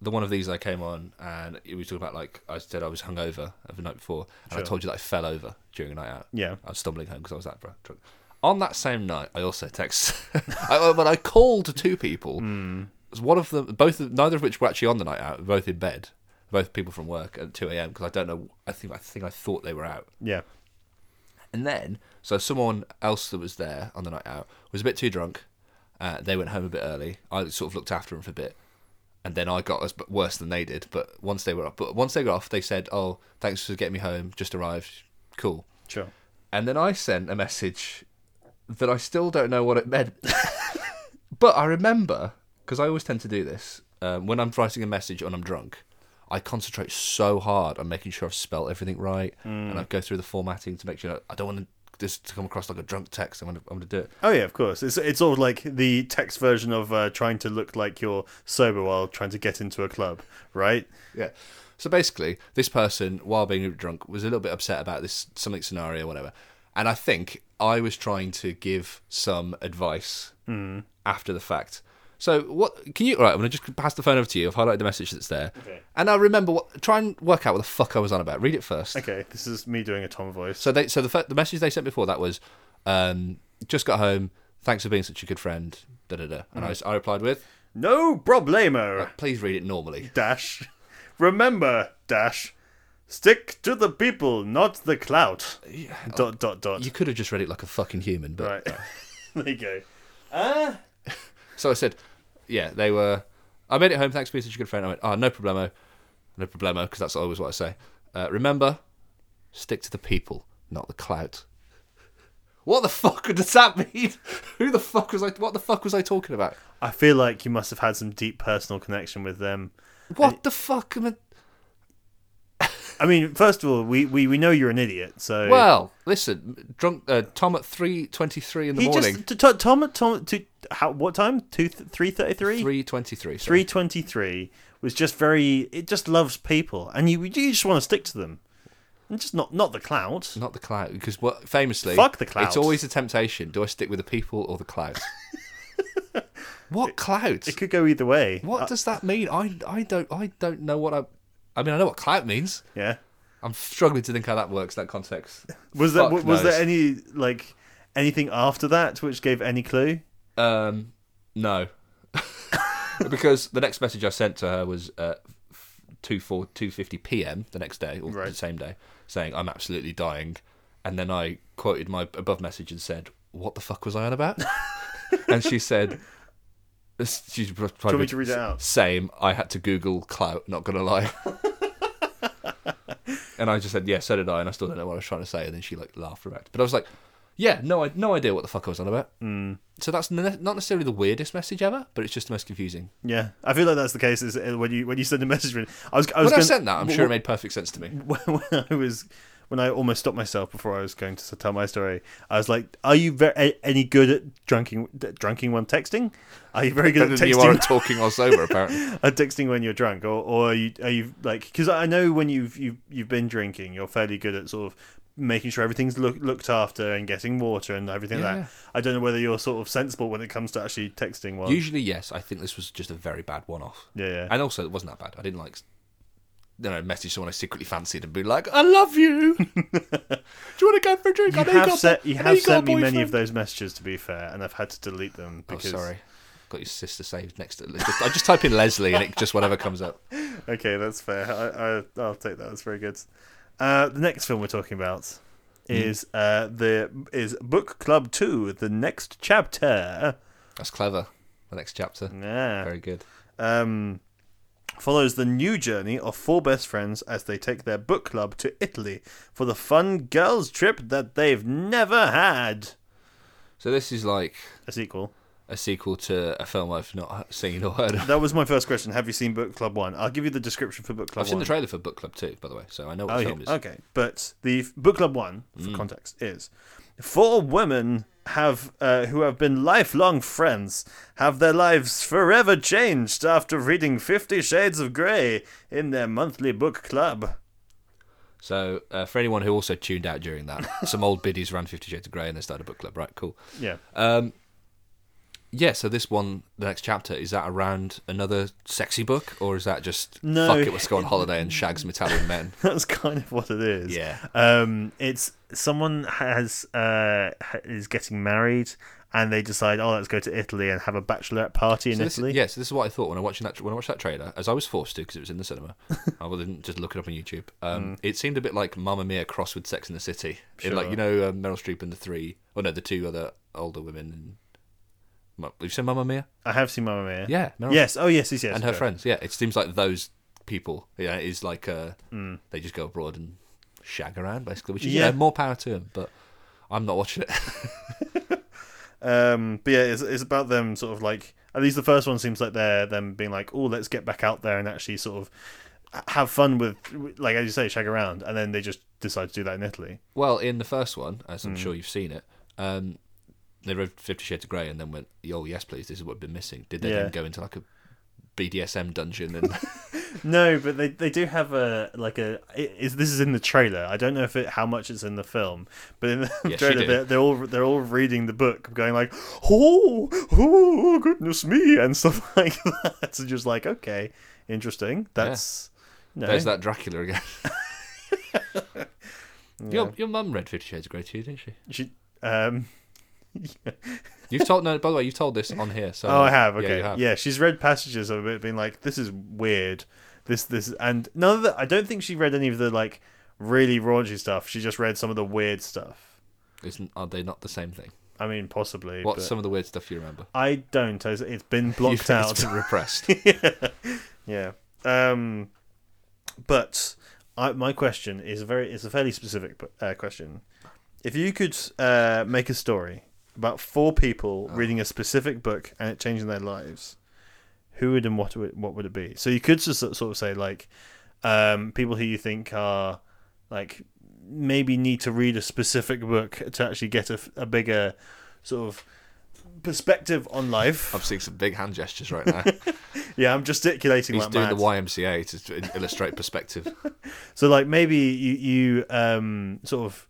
[SPEAKER 2] the one of these I came on and it was talking about like I said I was hungover the night before and I told you that I fell over during a night out.
[SPEAKER 1] Yeah.
[SPEAKER 2] I was stumbling home because I was that dr- drunk. On that same night, I also text, [laughs] I, but I called two people.
[SPEAKER 1] Hmm.
[SPEAKER 2] One of them, both, of- neither of which were actually on the night out. Both in bed, both people from work at two a.m. because I don't know. I think I think I thought they were out.
[SPEAKER 1] Yeah.
[SPEAKER 2] And then, so someone else that was there on the night out was a bit too drunk. Uh, they went home a bit early. I sort of looked after them for a bit, and then I got as worse than they did. But once they were off, but once they got off, they said, "Oh, thanks for getting me home. Just arrived. Cool."
[SPEAKER 1] Sure.
[SPEAKER 2] And then I sent a message that I still don't know what it meant. [laughs] but I remember, because I always tend to do this, um, when I'm writing a message and I'm drunk, I concentrate so hard on making sure I've spelt everything right and I go through the formatting to make sure I don't want this to come across like a drunk text. I'm going to I'm gonna do it.
[SPEAKER 1] Oh yeah, of course. It's it's sort of like the text version of uh, trying to look like you're sober while trying to get into a club, right?
[SPEAKER 2] Yeah. So basically, this person, while being drunk, was a little bit upset about this something scenario, whatever. And I
[SPEAKER 1] Hmm.
[SPEAKER 2] think I was trying to give some advice after the fact. So what can you? All right, I'm gonna just pass the phone over to you. I've highlighted the message that's there,
[SPEAKER 1] Okay.
[SPEAKER 2] and I remember. What, try and work out what the fuck I was on about. Read it first.
[SPEAKER 1] Okay, this is me doing a Tom voice.
[SPEAKER 2] So they so the fir- the message they sent before that was, um, just got home. Thanks for being such a good friend. Da da da.
[SPEAKER 1] Hmm.
[SPEAKER 2] And I s I I, replied with,
[SPEAKER 1] No problemo.
[SPEAKER 2] please read it normally.
[SPEAKER 1] Dash. Remember, dash. Stick to the people, not the clout. Dot dot dot.
[SPEAKER 2] You could have just read it like a fucking human,
[SPEAKER 1] [laughs]
[SPEAKER 2] but
[SPEAKER 1] Right. there you go. Uh,
[SPEAKER 2] so I said, yeah, they were. I made it home. Thanks for being such a good friend. I went, oh, no problemo, no problemo, because that's always what I say. Uh, remember, stick to the people, not the clout. [laughs] What the fuck [laughs] does that mean? Who the fuck was I? What the fuck was I talking about?
[SPEAKER 1] I feel like you must have had some deep personal connection with them.
[SPEAKER 2] What the fuck am I?
[SPEAKER 1] I mean, first of all, we, we, we know you're an idiot, so
[SPEAKER 2] Well, listen, drunk uh, Tom at three twenty-three in the
[SPEAKER 1] he
[SPEAKER 2] morning.
[SPEAKER 1] just to, to, Tom at Tom to how what time two three thirty three
[SPEAKER 2] Three twenty-three. sorry.
[SPEAKER 1] three twenty three was just very it just loves people, and you you just want to stick to them, and just not not the clout.
[SPEAKER 2] Not the clout, because what famously,
[SPEAKER 1] Fuck the clout.
[SPEAKER 2] It's always a temptation. Do I stick with the people or
[SPEAKER 1] [laughs]
[SPEAKER 2] the clout? what clout?
[SPEAKER 1] It could go either way.
[SPEAKER 2] What does that mean? I I don't I don't know what I. I mean, I know what clout means.
[SPEAKER 1] Yeah.
[SPEAKER 2] I'm struggling to think how that works. That context.
[SPEAKER 1] Was there
[SPEAKER 2] Fuck
[SPEAKER 1] was there
[SPEAKER 2] knows.
[SPEAKER 1] any like anything after that which gave any clue?
[SPEAKER 2] Um, no, [laughs] because the next message I sent to her was uh, two four two fifty p.m. the next day or the same day, saying I'm absolutely dying, and then I quoted my above message and said, "What the fuck was I
[SPEAKER 1] [laughs]
[SPEAKER 2] on about?" and she said. She Do you
[SPEAKER 1] me to read it out?
[SPEAKER 2] Same. I had to Google clout. Not
[SPEAKER 1] [laughs]
[SPEAKER 2] gonna lie. and I just said, "Yeah, so did I," and I still don't know what I was trying to say. And then she like laughed about it. But I was like, "Yeah, no, I no idea what the fuck I was on about."
[SPEAKER 1] Mm.
[SPEAKER 2] So that's ne- not necessarily the weirdest message ever, but it's just the most confusing.
[SPEAKER 1] Yeah, I feel like that's the case. Is uh, when you when you send a message, when- I was I was
[SPEAKER 2] When I
[SPEAKER 1] gonna-
[SPEAKER 2] sent that, I'm sure it made perfect sense to me.
[SPEAKER 1] [laughs] when, when I was when I almost stopped myself before I was going to tell my story, I was like, "Are you ver- a- any good at drunking drinking when texting? Are you very good at
[SPEAKER 2] Better than you are
[SPEAKER 1] texting
[SPEAKER 2] at talking
[SPEAKER 1] [laughs]
[SPEAKER 2] or sober, apparently.
[SPEAKER 1] at texting when you're drunk, or, or are you are you like because I know when you've you've you've been drinking, you're fairly good at sort of making sure everything's look, looked after and getting water and everything like
[SPEAKER 2] Yeah.
[SPEAKER 1] that. I don't know whether you're sort of sensible when it comes to actually texting. While
[SPEAKER 2] Usually, yes. I think this was just a very bad one-off.
[SPEAKER 1] yeah, yeah.
[SPEAKER 2] And also, it wasn't that bad. I didn't like, you know, message someone I secretly fancied and be like, "I love
[SPEAKER 1] [laughs]
[SPEAKER 2] you. Do you want to go for a drink?" I
[SPEAKER 1] you
[SPEAKER 2] know you
[SPEAKER 1] have
[SPEAKER 2] got-
[SPEAKER 1] sent you
[SPEAKER 2] I know
[SPEAKER 1] have
[SPEAKER 2] you got a
[SPEAKER 1] sent me many
[SPEAKER 2] boyfriend."
[SPEAKER 1] of those messages to be fair, and I've had to delete them because
[SPEAKER 2] Oh, sorry. Got your sister saved next to. Just, I just type in Leslie and it just whatever comes up.
[SPEAKER 1] Okay, that's fair. I, I I'll take that. That's very good. Uh, the next film we're talking about is uh the is Book Club Two: The Next Chapter.
[SPEAKER 2] That's clever. The next chapter.
[SPEAKER 1] Yeah.
[SPEAKER 2] Very good.
[SPEAKER 1] Um, follows the new journey of four best friends as they take their book club to Italy for the fun girls trip that they've never had.
[SPEAKER 2] So this is like
[SPEAKER 1] A sequel.
[SPEAKER 2] a sequel to a film I've not seen or heard of.
[SPEAKER 1] That was my first question. Have you seen Book Club One? I'll give you the description for Book Club
[SPEAKER 2] I've seen
[SPEAKER 1] One.
[SPEAKER 2] the trailer for Book Club 2, by the way, so I know what
[SPEAKER 1] Oh,
[SPEAKER 2] the
[SPEAKER 1] yeah.
[SPEAKER 2] film is.
[SPEAKER 1] Okay, but the f- book club one
[SPEAKER 2] Mm.
[SPEAKER 1] for context is four women have uh, who have been lifelong friends have their lives forever changed after reading Fifty Shades of Grey in their monthly book club.
[SPEAKER 2] So uh, for anyone who also tuned out during
[SPEAKER 1] [laughs]
[SPEAKER 2] that, some old biddies ran Fifty Shades of Grey and they started a book club. Right, cool.
[SPEAKER 1] Yeah,
[SPEAKER 2] Um, yeah, so this one, the next chapter, is that around another sexy book, or is that just
[SPEAKER 1] No.
[SPEAKER 2] fuck it, let's go on holiday and shag some
[SPEAKER 1] [laughs]
[SPEAKER 2] Italian men?
[SPEAKER 1] that's kind of what it is.
[SPEAKER 2] Yeah.
[SPEAKER 1] um, it's someone has uh, ha- is getting married. And they decide, oh, let's go to Italy and have a bachelorette party in
[SPEAKER 2] So this,
[SPEAKER 1] Italy.
[SPEAKER 2] yeah, so this is what I thought when I watching that when I watched that trailer, as I was forced to because it was in
[SPEAKER 1] [laughs]
[SPEAKER 2] the cinema. I didn't just look it up on YouTube. Um,
[SPEAKER 1] Mm.
[SPEAKER 2] It seemed a bit like Mamma Mia crossed with Sex in the City, in like
[SPEAKER 1] Sure.
[SPEAKER 2] you know uh, Meryl Streep and the three, or no, the two other older women. in- Have you seen Mamma Mia?
[SPEAKER 1] I have seen Mamma Mia.
[SPEAKER 2] Yeah, Meryl
[SPEAKER 1] Yes. Oh, yes, yes, yes.
[SPEAKER 2] and her
[SPEAKER 1] correct.
[SPEAKER 2] friends. Yeah, it seems like those people. Yeah, it is like uh, they just go abroad and shag around basically, which is
[SPEAKER 1] Mm.
[SPEAKER 2] yeah.
[SPEAKER 1] Yeah.
[SPEAKER 2] more power to them. But I'm not watching it. [laughs]
[SPEAKER 1] Um, but yeah, it's, it's about them sort of like at least the first one seems like they're them being like, oh, let's get back out there and actually sort of h- have fun with, like as you say, shag around, and then they just decide to do that in Italy.
[SPEAKER 2] well, in the first one, as
[SPEAKER 1] Mm.
[SPEAKER 2] I'm sure you've seen it, um, they read Fifty Shades of Grey and then went, "Oh yes, please, this is what I've been missing." Did they
[SPEAKER 1] Yeah.
[SPEAKER 2] then go into like a BDSM dungeon and
[SPEAKER 1] [laughs]
[SPEAKER 2] [laughs]
[SPEAKER 1] No, but they, they do have a like a it- is this is in the trailer. I don't know if it how much it's in the film, but in the
[SPEAKER 2] [laughs] Yes, you
[SPEAKER 1] trailer
[SPEAKER 2] do.
[SPEAKER 1] they're, they're all they're all reading the book, going like, oh, oh, goodness me, and [laughs] stuff like that. So just like, okay, interesting. That's no,
[SPEAKER 2] there's that Dracula
[SPEAKER 1] [laughs]
[SPEAKER 2] again. [laughs] Your your mum read Fifty Shades of Grey too, didn't she?
[SPEAKER 1] She- um,
[SPEAKER 2] You've told no. By the way, you've told this on here. So
[SPEAKER 1] oh, I have.
[SPEAKER 2] yeah,
[SPEAKER 1] Okay,
[SPEAKER 2] you
[SPEAKER 1] yeah,
[SPEAKER 2] have.
[SPEAKER 1] she's read passages of it, being like, this is weird. This this and none of the. I don't think she read any of the like really raunchy stuff. She just read some of the weird stuff.
[SPEAKER 2] Isn't are they not the same thing?
[SPEAKER 1] I mean, possibly.
[SPEAKER 2] What's
[SPEAKER 1] but-
[SPEAKER 2] some of the weird stuff you remember?
[SPEAKER 1] I don't. It's- It's been
[SPEAKER 2] You've-
[SPEAKER 1] blocked
[SPEAKER 2] It's
[SPEAKER 1] out.
[SPEAKER 2] been
[SPEAKER 1] [laughs]
[SPEAKER 2] repressed.
[SPEAKER 1] yeah. Um, but I, my question is a very it's a fairly specific uh, question. If you could uh, make a story about four people reading a specific book and it changing their lives, who would and what would what would it be? So you could just uh, sort of say like um, people who you think are like maybe need to read a specific book to actually get a, f- a bigger sort of perspective on life.
[SPEAKER 2] I'm seeing some big hand gestures
[SPEAKER 1] [laughs]
[SPEAKER 2] right now.
[SPEAKER 1] Yeah, I'm gesticulating
[SPEAKER 2] He's
[SPEAKER 1] like
[SPEAKER 2] doing
[SPEAKER 1] mad.
[SPEAKER 2] the YMCA to, to illustrate
[SPEAKER 1] [laughs]
[SPEAKER 2] perspective.
[SPEAKER 1] so like maybe you you um sort of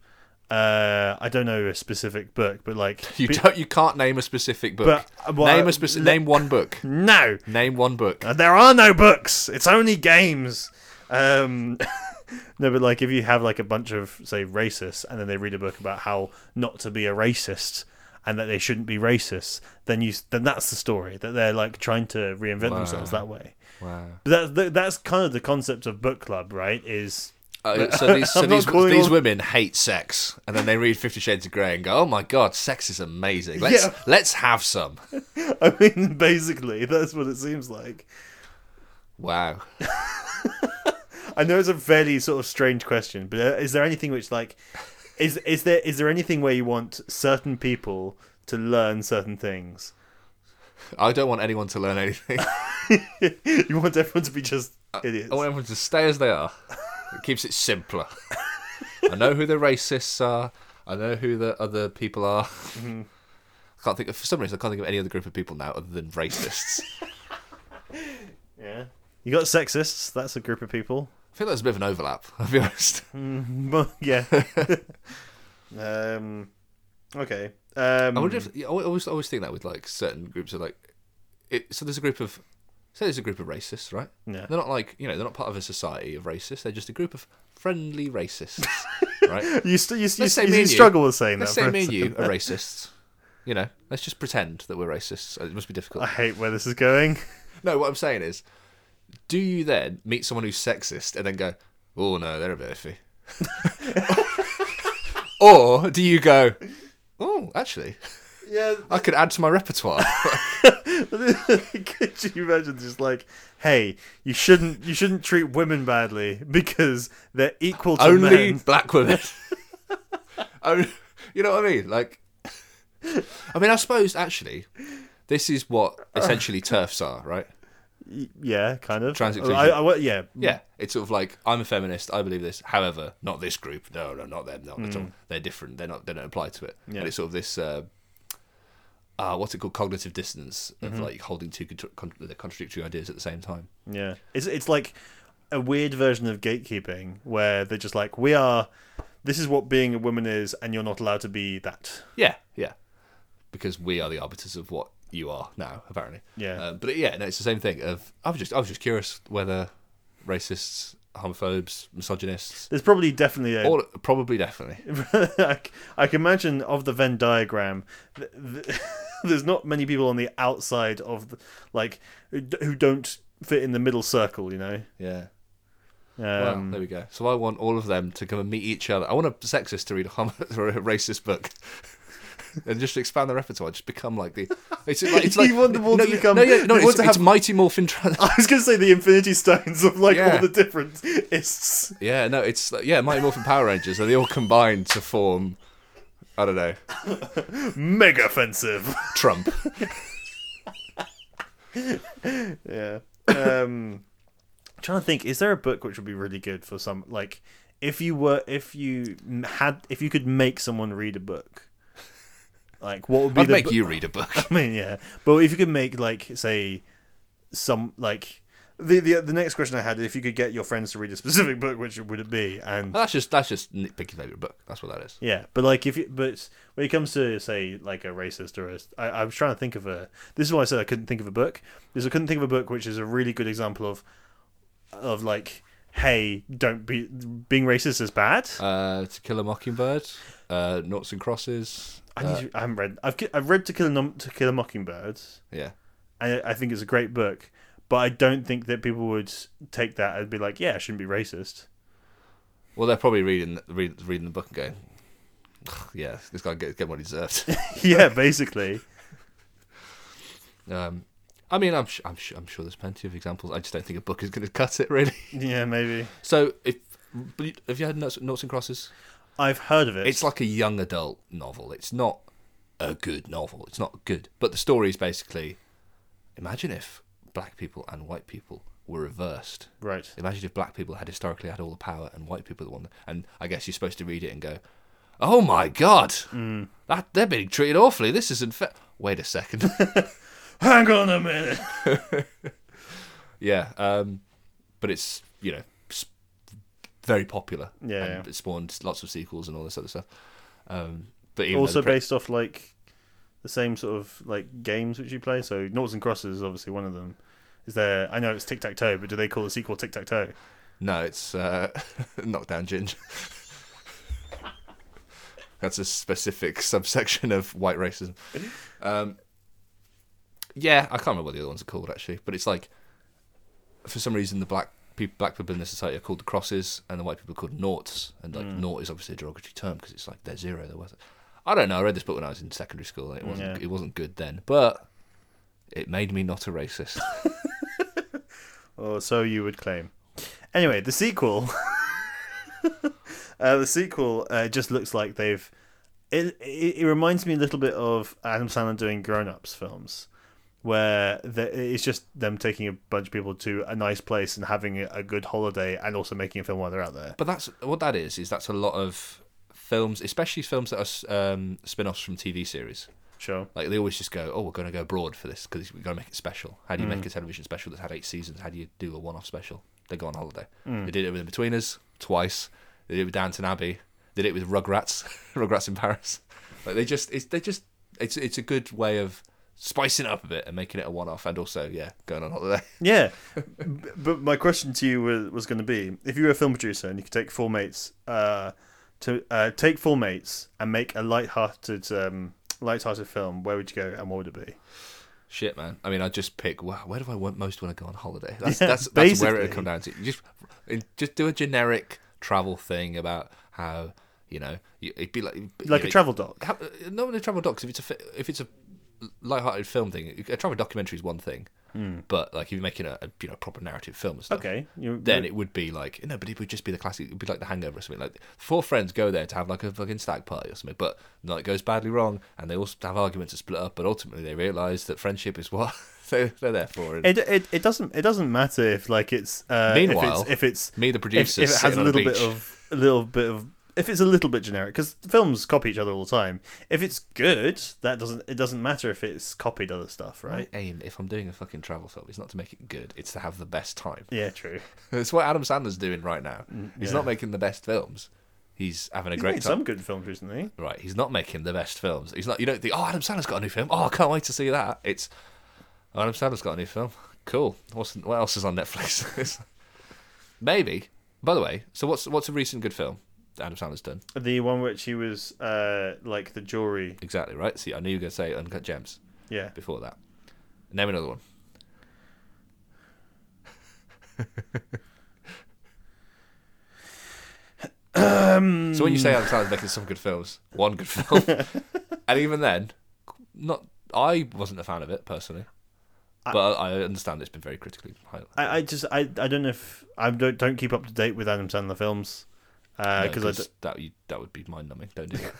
[SPEAKER 1] uh I don't know a specific book, but like
[SPEAKER 2] [laughs] You
[SPEAKER 1] pe-
[SPEAKER 2] don't. You can't name a specific book.
[SPEAKER 1] But, uh, well,
[SPEAKER 2] name
[SPEAKER 1] uh,
[SPEAKER 2] a specific.
[SPEAKER 1] le-
[SPEAKER 2] name one book.
[SPEAKER 1] no,
[SPEAKER 2] Name one
[SPEAKER 1] [laughs]
[SPEAKER 2] book.
[SPEAKER 1] Uh, there are no books. It's only games. Um, [laughs] no, but like if you have like a bunch of say racists, and then they read a book about how not to be a racist and that they shouldn't be racist, then you s- then that's the story that they're like trying to reinvent themselves that way.
[SPEAKER 2] Wow.
[SPEAKER 1] But that, that's kind of the concept of book club, right? Is
[SPEAKER 2] Uh, so these, so
[SPEAKER 1] I'm not
[SPEAKER 2] these,
[SPEAKER 1] calling
[SPEAKER 2] these
[SPEAKER 1] all-
[SPEAKER 2] women hate sex, and then they read Fifty Shades of Grey and go, "Oh my god, sex is amazing. Let's
[SPEAKER 1] Yeah.
[SPEAKER 2] let's have some."
[SPEAKER 1] I mean, [laughs] basically, that's what it seems like.
[SPEAKER 2] Wow.
[SPEAKER 1] I know it's a fairly sort of strange question, but uh, is there anything which like is is there is there anything where you want certain people to learn certain things? [laughs]
[SPEAKER 2] I don't want anyone to learn anything. I
[SPEAKER 1] you want everyone to be just
[SPEAKER 2] Uh,
[SPEAKER 1] idiots.
[SPEAKER 2] want everyone to stay as they are. It keeps it simpler. I know who the racists are. I know who the other people are. I can't think of for some reason I can't think of any other group of people now other than racists.
[SPEAKER 1] yeah. You got sexists. That's a group of people. [laughs]
[SPEAKER 2] I feel there's a bit of an overlap. [laughs] I'll be honest.
[SPEAKER 1] But,
[SPEAKER 2] [laughs]
[SPEAKER 1] yeah. um. Okay.
[SPEAKER 2] I
[SPEAKER 1] Um.
[SPEAKER 2] wonder if I always I always think that with like certain groups of like, it, so there's a group of say there's a group of racists, right?
[SPEAKER 1] Yeah.
[SPEAKER 2] They're not like you know they're not part of a society of racists. They're just a group of friendly racists, right?
[SPEAKER 1] You st- you, you,
[SPEAKER 2] say
[SPEAKER 1] you,
[SPEAKER 2] me and you.
[SPEAKER 1] struggle with saying
[SPEAKER 2] Let's
[SPEAKER 1] that.
[SPEAKER 2] say
[SPEAKER 1] for a
[SPEAKER 2] me and you
[SPEAKER 1] second.
[SPEAKER 2] are racists. You know, let's just pretend that we're racists. It must be
[SPEAKER 1] I
[SPEAKER 2] difficult.
[SPEAKER 1] hate where this is going.
[SPEAKER 2] No, what I'm saying is, do you then meet someone who's sexist and then go, "Oh no, they're a bit iffy," [laughs] or do you go, "Oh, actually,
[SPEAKER 1] Yeah.
[SPEAKER 2] I could add to my repertoire"?
[SPEAKER 1] [laughs] Could you imagine just like, hey, you shouldn't you shouldn't treat women badly because they're equal to
[SPEAKER 2] only
[SPEAKER 1] men.
[SPEAKER 2] black women. [laughs] oh, you know what I mean? Like, I mean, I suppose actually, this is what essentially turfs are, right?
[SPEAKER 1] Y- Yeah, kind of.
[SPEAKER 2] Trans
[SPEAKER 1] I, I, wa- yeah,
[SPEAKER 2] Yeah, Mm. it's sort of like I'm a feminist. I believe this. However, not this group. No, no, not them. Not at all. They're different. They're not. They don't apply to it.
[SPEAKER 1] Yeah.
[SPEAKER 2] And it's sort of this. Uh, uh, what's it called? Cognitive dissonance of like holding two contr con- the contradictory ideas at the same time.
[SPEAKER 1] yeah. It's it's like a weird version of gatekeeping where they're just like, we are. This is what being a woman is, and you're not allowed to be that.
[SPEAKER 2] Yeah, yeah. Because we are the arbiters of what you are now, apparently.
[SPEAKER 1] Yeah.
[SPEAKER 2] Uh, but yeah, no, it's the same thing. Of I was just, I was just curious whether racists, homophobes, misogynists,
[SPEAKER 1] There's probably definitely a.
[SPEAKER 2] all probably definitely.
[SPEAKER 1] [laughs] I, c- I can imagine of the Venn diagram, th- th- [laughs] there's not many people on the outside of, the, like, who d- who don't fit in the middle circle. You know.
[SPEAKER 2] Yeah. Well,
[SPEAKER 1] Um, [laughs]
[SPEAKER 2] there we go. So I want all of them to come and meet each other. I want a sexist to read a, homo- [laughs] or a racist book. [laughs] And just expand the repertoire, just become like the. It's like,
[SPEAKER 1] [laughs]
[SPEAKER 2] it's
[SPEAKER 1] You
[SPEAKER 2] like
[SPEAKER 1] want them all
[SPEAKER 2] no,
[SPEAKER 1] to
[SPEAKER 2] you-
[SPEAKER 1] become-
[SPEAKER 2] No, yeah, no,
[SPEAKER 1] you want
[SPEAKER 2] it's,
[SPEAKER 1] to
[SPEAKER 2] it's
[SPEAKER 1] have-
[SPEAKER 2] Mighty Morphin.
[SPEAKER 1] [laughs]
[SPEAKER 2] Trans-
[SPEAKER 1] I was going to say the Infinity Stones of like
[SPEAKER 2] Yeah.
[SPEAKER 1] all the different ists.
[SPEAKER 2] [laughs] Yeah, no, it's like- yeah, Mighty Morphin Power Rangers, and they all combine to form. I don't know.
[SPEAKER 1] Mega offensive.
[SPEAKER 2] Trump.
[SPEAKER 1] [laughs] [laughs] Yeah. Um, trying to think, is there a book which would be really good for some like if you were if you m- had if you could make someone read a book, like what would be
[SPEAKER 2] I'd
[SPEAKER 1] the [laughs]
[SPEAKER 2] make
[SPEAKER 1] bo-
[SPEAKER 2] you read a book. [laughs]
[SPEAKER 1] I mean, yeah, but if you could make like say some like the, the the next question I had if you could get your friends to read a specific book, which would it be? And
[SPEAKER 2] Well, that's just that's just nitpicking favourite book. That's what that is.
[SPEAKER 1] yeah, but like if you, but when it comes to say like a racist or a, I, I was trying to think of a. This is why I said I couldn't think of a book. Is I couldn't think of a book which is a really good example of of like hey don't be being racist is bad.
[SPEAKER 2] Uh, to Kill a Mockingbird, uh, Noughts and Crosses.
[SPEAKER 1] I, need to, I haven't read. I've ki- I've read To Kill a, Nom- to Kill a Mockingbird.
[SPEAKER 2] Yeah,
[SPEAKER 1] I, I think it's a great book, but I don't think that people would take that and be like, yeah, I shouldn't be racist. [laughs]
[SPEAKER 2] Well, they're probably reading read, reading the book and going, "Ugh, "Yeah, this guy get get what he deserves."
[SPEAKER 1] yeah, [laughs] basically.
[SPEAKER 2] um, I mean, I'm sh- I'm sh- I'm sure there's plenty of examples. I just don't think a book is going to cut it really. [laughs]
[SPEAKER 1] Yeah, maybe.
[SPEAKER 2] So if but you- have you had Noughts, Noughts and Crosses?
[SPEAKER 1] I've heard of it.
[SPEAKER 2] It's like a young adult novel. It's not a good novel. It's not good, but the story is basically: imagine if black people and white people were reversed.
[SPEAKER 1] right.
[SPEAKER 2] Imagine if black people had historically had all the power and white people the one. And I guess you're supposed to read it and go, "Oh my god,
[SPEAKER 1] Mm.
[SPEAKER 2] that they're being treated awfully. This isn't fair." Wait a second. [laughs]
[SPEAKER 1] Hang on a minute.
[SPEAKER 2] yeah, um, but it's you know s- very popular.
[SPEAKER 1] Yeah,
[SPEAKER 2] and
[SPEAKER 1] yeah.
[SPEAKER 2] it spawned lots of sequels and all this other stuff. Um, but even though
[SPEAKER 1] also
[SPEAKER 2] the pre-
[SPEAKER 1] based off like the same sort of like games which you play. So Noughts and Crosses is obviously one of them. Is there? I know it's tic tac toe, but do they call the sequel tic tac toe?
[SPEAKER 2] no, it's uh, [laughs] knockdown ginger. [laughs] That's a specific subsection of white racism. Um, yeah, I can't remember what the other ones are called actually, but it's like for some reason the black people, black people in the society are called the crosses, and the white people are called noughts, and like nought is obviously a derogatory term because it's like they're zero. They're worth. I don't know. I read this book when I was in secondary school. and It wasn't.
[SPEAKER 1] Yeah.
[SPEAKER 2] It wasn't good then, but it made me not a racist.
[SPEAKER 1] Or so you would claim. Anyway, the sequel. [laughs] uh, the sequel uh, just looks like they've. It, it, it reminds me a little bit of Adam Sandler doing grown ups films, where the, it's just them taking a bunch of people to a nice place and having a, a good holiday and also making a film while they're out there.
[SPEAKER 2] But that's what that is. Is that's a lot of films, especially films that are um, spin-offs from TV series.
[SPEAKER 1] Sure.
[SPEAKER 2] Like they always just go, "Oh, we're going to go broad for this because we're going to make it special." How do you make a television special that's had eight seasons? How do you do a one-off special? They go on holiday. They did it with Between Us twice. They did it with Downton Abbey. They did it with Rugrats, [laughs] Rugrats in Paris. Like they just, it's they just, it's it's a good way of spicing it up a bit and making it a one-off, and also yeah, going on holiday.
[SPEAKER 1] Yeah. B- but my question to you was, was going to be if you were a film producer and you could take four mates uh, to uh, take four mates and make a light-hearted um, light-hearted film, where would you go and what would it be?
[SPEAKER 2] Shit, man. I mean, I just pick. Wow, where do I want most want to go on holiday? That's
[SPEAKER 1] Yeah,
[SPEAKER 2] that's, that's where it would
[SPEAKER 1] basically.
[SPEAKER 2] come down to. You just it- just do a generic travel thing about how you know you- it'd be like
[SPEAKER 1] Like a travel doc.
[SPEAKER 2] How, not really travel docs. If it's a fi- if it's a light-hearted film thing, a travel documentary is one thing.
[SPEAKER 1] Hmm.
[SPEAKER 2] But like if you're making a, a you know proper narrative film and stuff,
[SPEAKER 1] Okay. You,
[SPEAKER 2] then it would be like no, but it would just be the classic. It'd be like The Hangover or something. Like four friends go there to have like a fucking stag party or something, but no, it goes badly wrong, and they all have arguments and split up. But ultimately, they realise that friendship is what [laughs] they're, they're there for. And
[SPEAKER 1] it, it it doesn't it doesn't matter if like it's uh,
[SPEAKER 2] Meanwhile,
[SPEAKER 1] if it's, if
[SPEAKER 2] me, the
[SPEAKER 1] it's
[SPEAKER 2] producer,
[SPEAKER 1] if, if it has
[SPEAKER 2] sitting
[SPEAKER 1] a
[SPEAKER 2] on
[SPEAKER 1] little bit
[SPEAKER 2] beach.
[SPEAKER 1] of a little bit of if it's a little bit generic because films copy each other all the time. If it's good, that doesn't it doesn't matter if it's copied other stuff,
[SPEAKER 2] My
[SPEAKER 1] right?
[SPEAKER 2] aim, if I'm doing a fucking travel film, is not to make it good; it's to have the best time. [laughs]
[SPEAKER 1] Yeah, true.
[SPEAKER 2] That's what Adam Sandler's doing right now. He's
[SPEAKER 1] Mm, yeah.
[SPEAKER 2] not making the best films. He's having a
[SPEAKER 1] He's
[SPEAKER 2] great
[SPEAKER 1] made
[SPEAKER 2] time.
[SPEAKER 1] some good films recently.
[SPEAKER 2] Right, he's not making the best films. He's not. You don't think, oh, Adam Sandler's got a new film. Oh, I can't wait to see that. It's "Oh, Adam Sandler's got a new film. Cool. What's what else is on Netflix? [laughs] Maybe. By the way, so what's what's a recent good film that Adam Sandler's done?
[SPEAKER 1] The one which he was uh, like the jury.
[SPEAKER 2] Exactly right. See, I knew you were gonna say Uncut Gems [clears throat]
[SPEAKER 1] Yeah.
[SPEAKER 2] before that. Name another one.
[SPEAKER 1] Um,
[SPEAKER 2] So when you say Adam Sandler's making some good films, one good film, and even then, not I wasn't a fan of it personally, but I, understand it's been very critically. high-
[SPEAKER 1] I, I just I, I don't know if I don't don't keep up to date with Adam Sandler films
[SPEAKER 2] No,
[SPEAKER 1] because Uh, I d
[SPEAKER 2] 'cause that you- that would be mind numbing. Don't do that.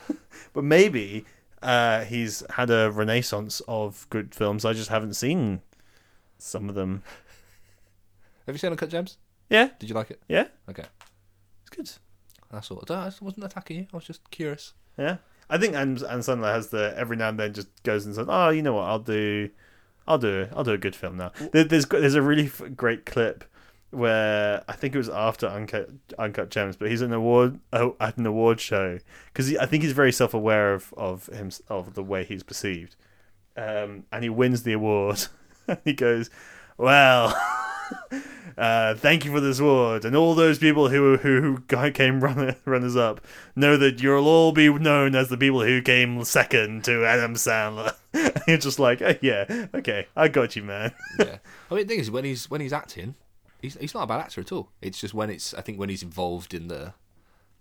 [SPEAKER 1] But maybe uh, he's had a renaissance of good films. I just haven't seen some of them.
[SPEAKER 2] Have you seen Uncut Gems?
[SPEAKER 1] Yeah,
[SPEAKER 2] Did you like it?
[SPEAKER 1] yeah,
[SPEAKER 2] Okay,
[SPEAKER 1] it's good.
[SPEAKER 2] that's all. I don't- I wasn't attacking you. I was just curious.
[SPEAKER 1] "Ah, Yeah, I think Adam, Adam Sandler has the every now and then just goes and says, "Oh, you know what? I'll do, I'll do it. I'll do a good film now. There, there's there's a really f- great clip where I think it was after Uncut Uncut Gems, but he's at an award oh, at an award show because I think he's very self aware of of him of the way he's perceived, um, and he wins the award. [laughs] he goes, well. Uh, thank you for this award, and all those people who who, who came runner, runners up know that you'll all be known as the people who came second to Adam Sandler. [laughs] You're just like, oh, yeah, okay, I got you, man.
[SPEAKER 2] yeah. [laughs] I mean, the thing is, when he's when he's acting, he's he's not a bad actor at all. It's just when it's I think when he's involved in the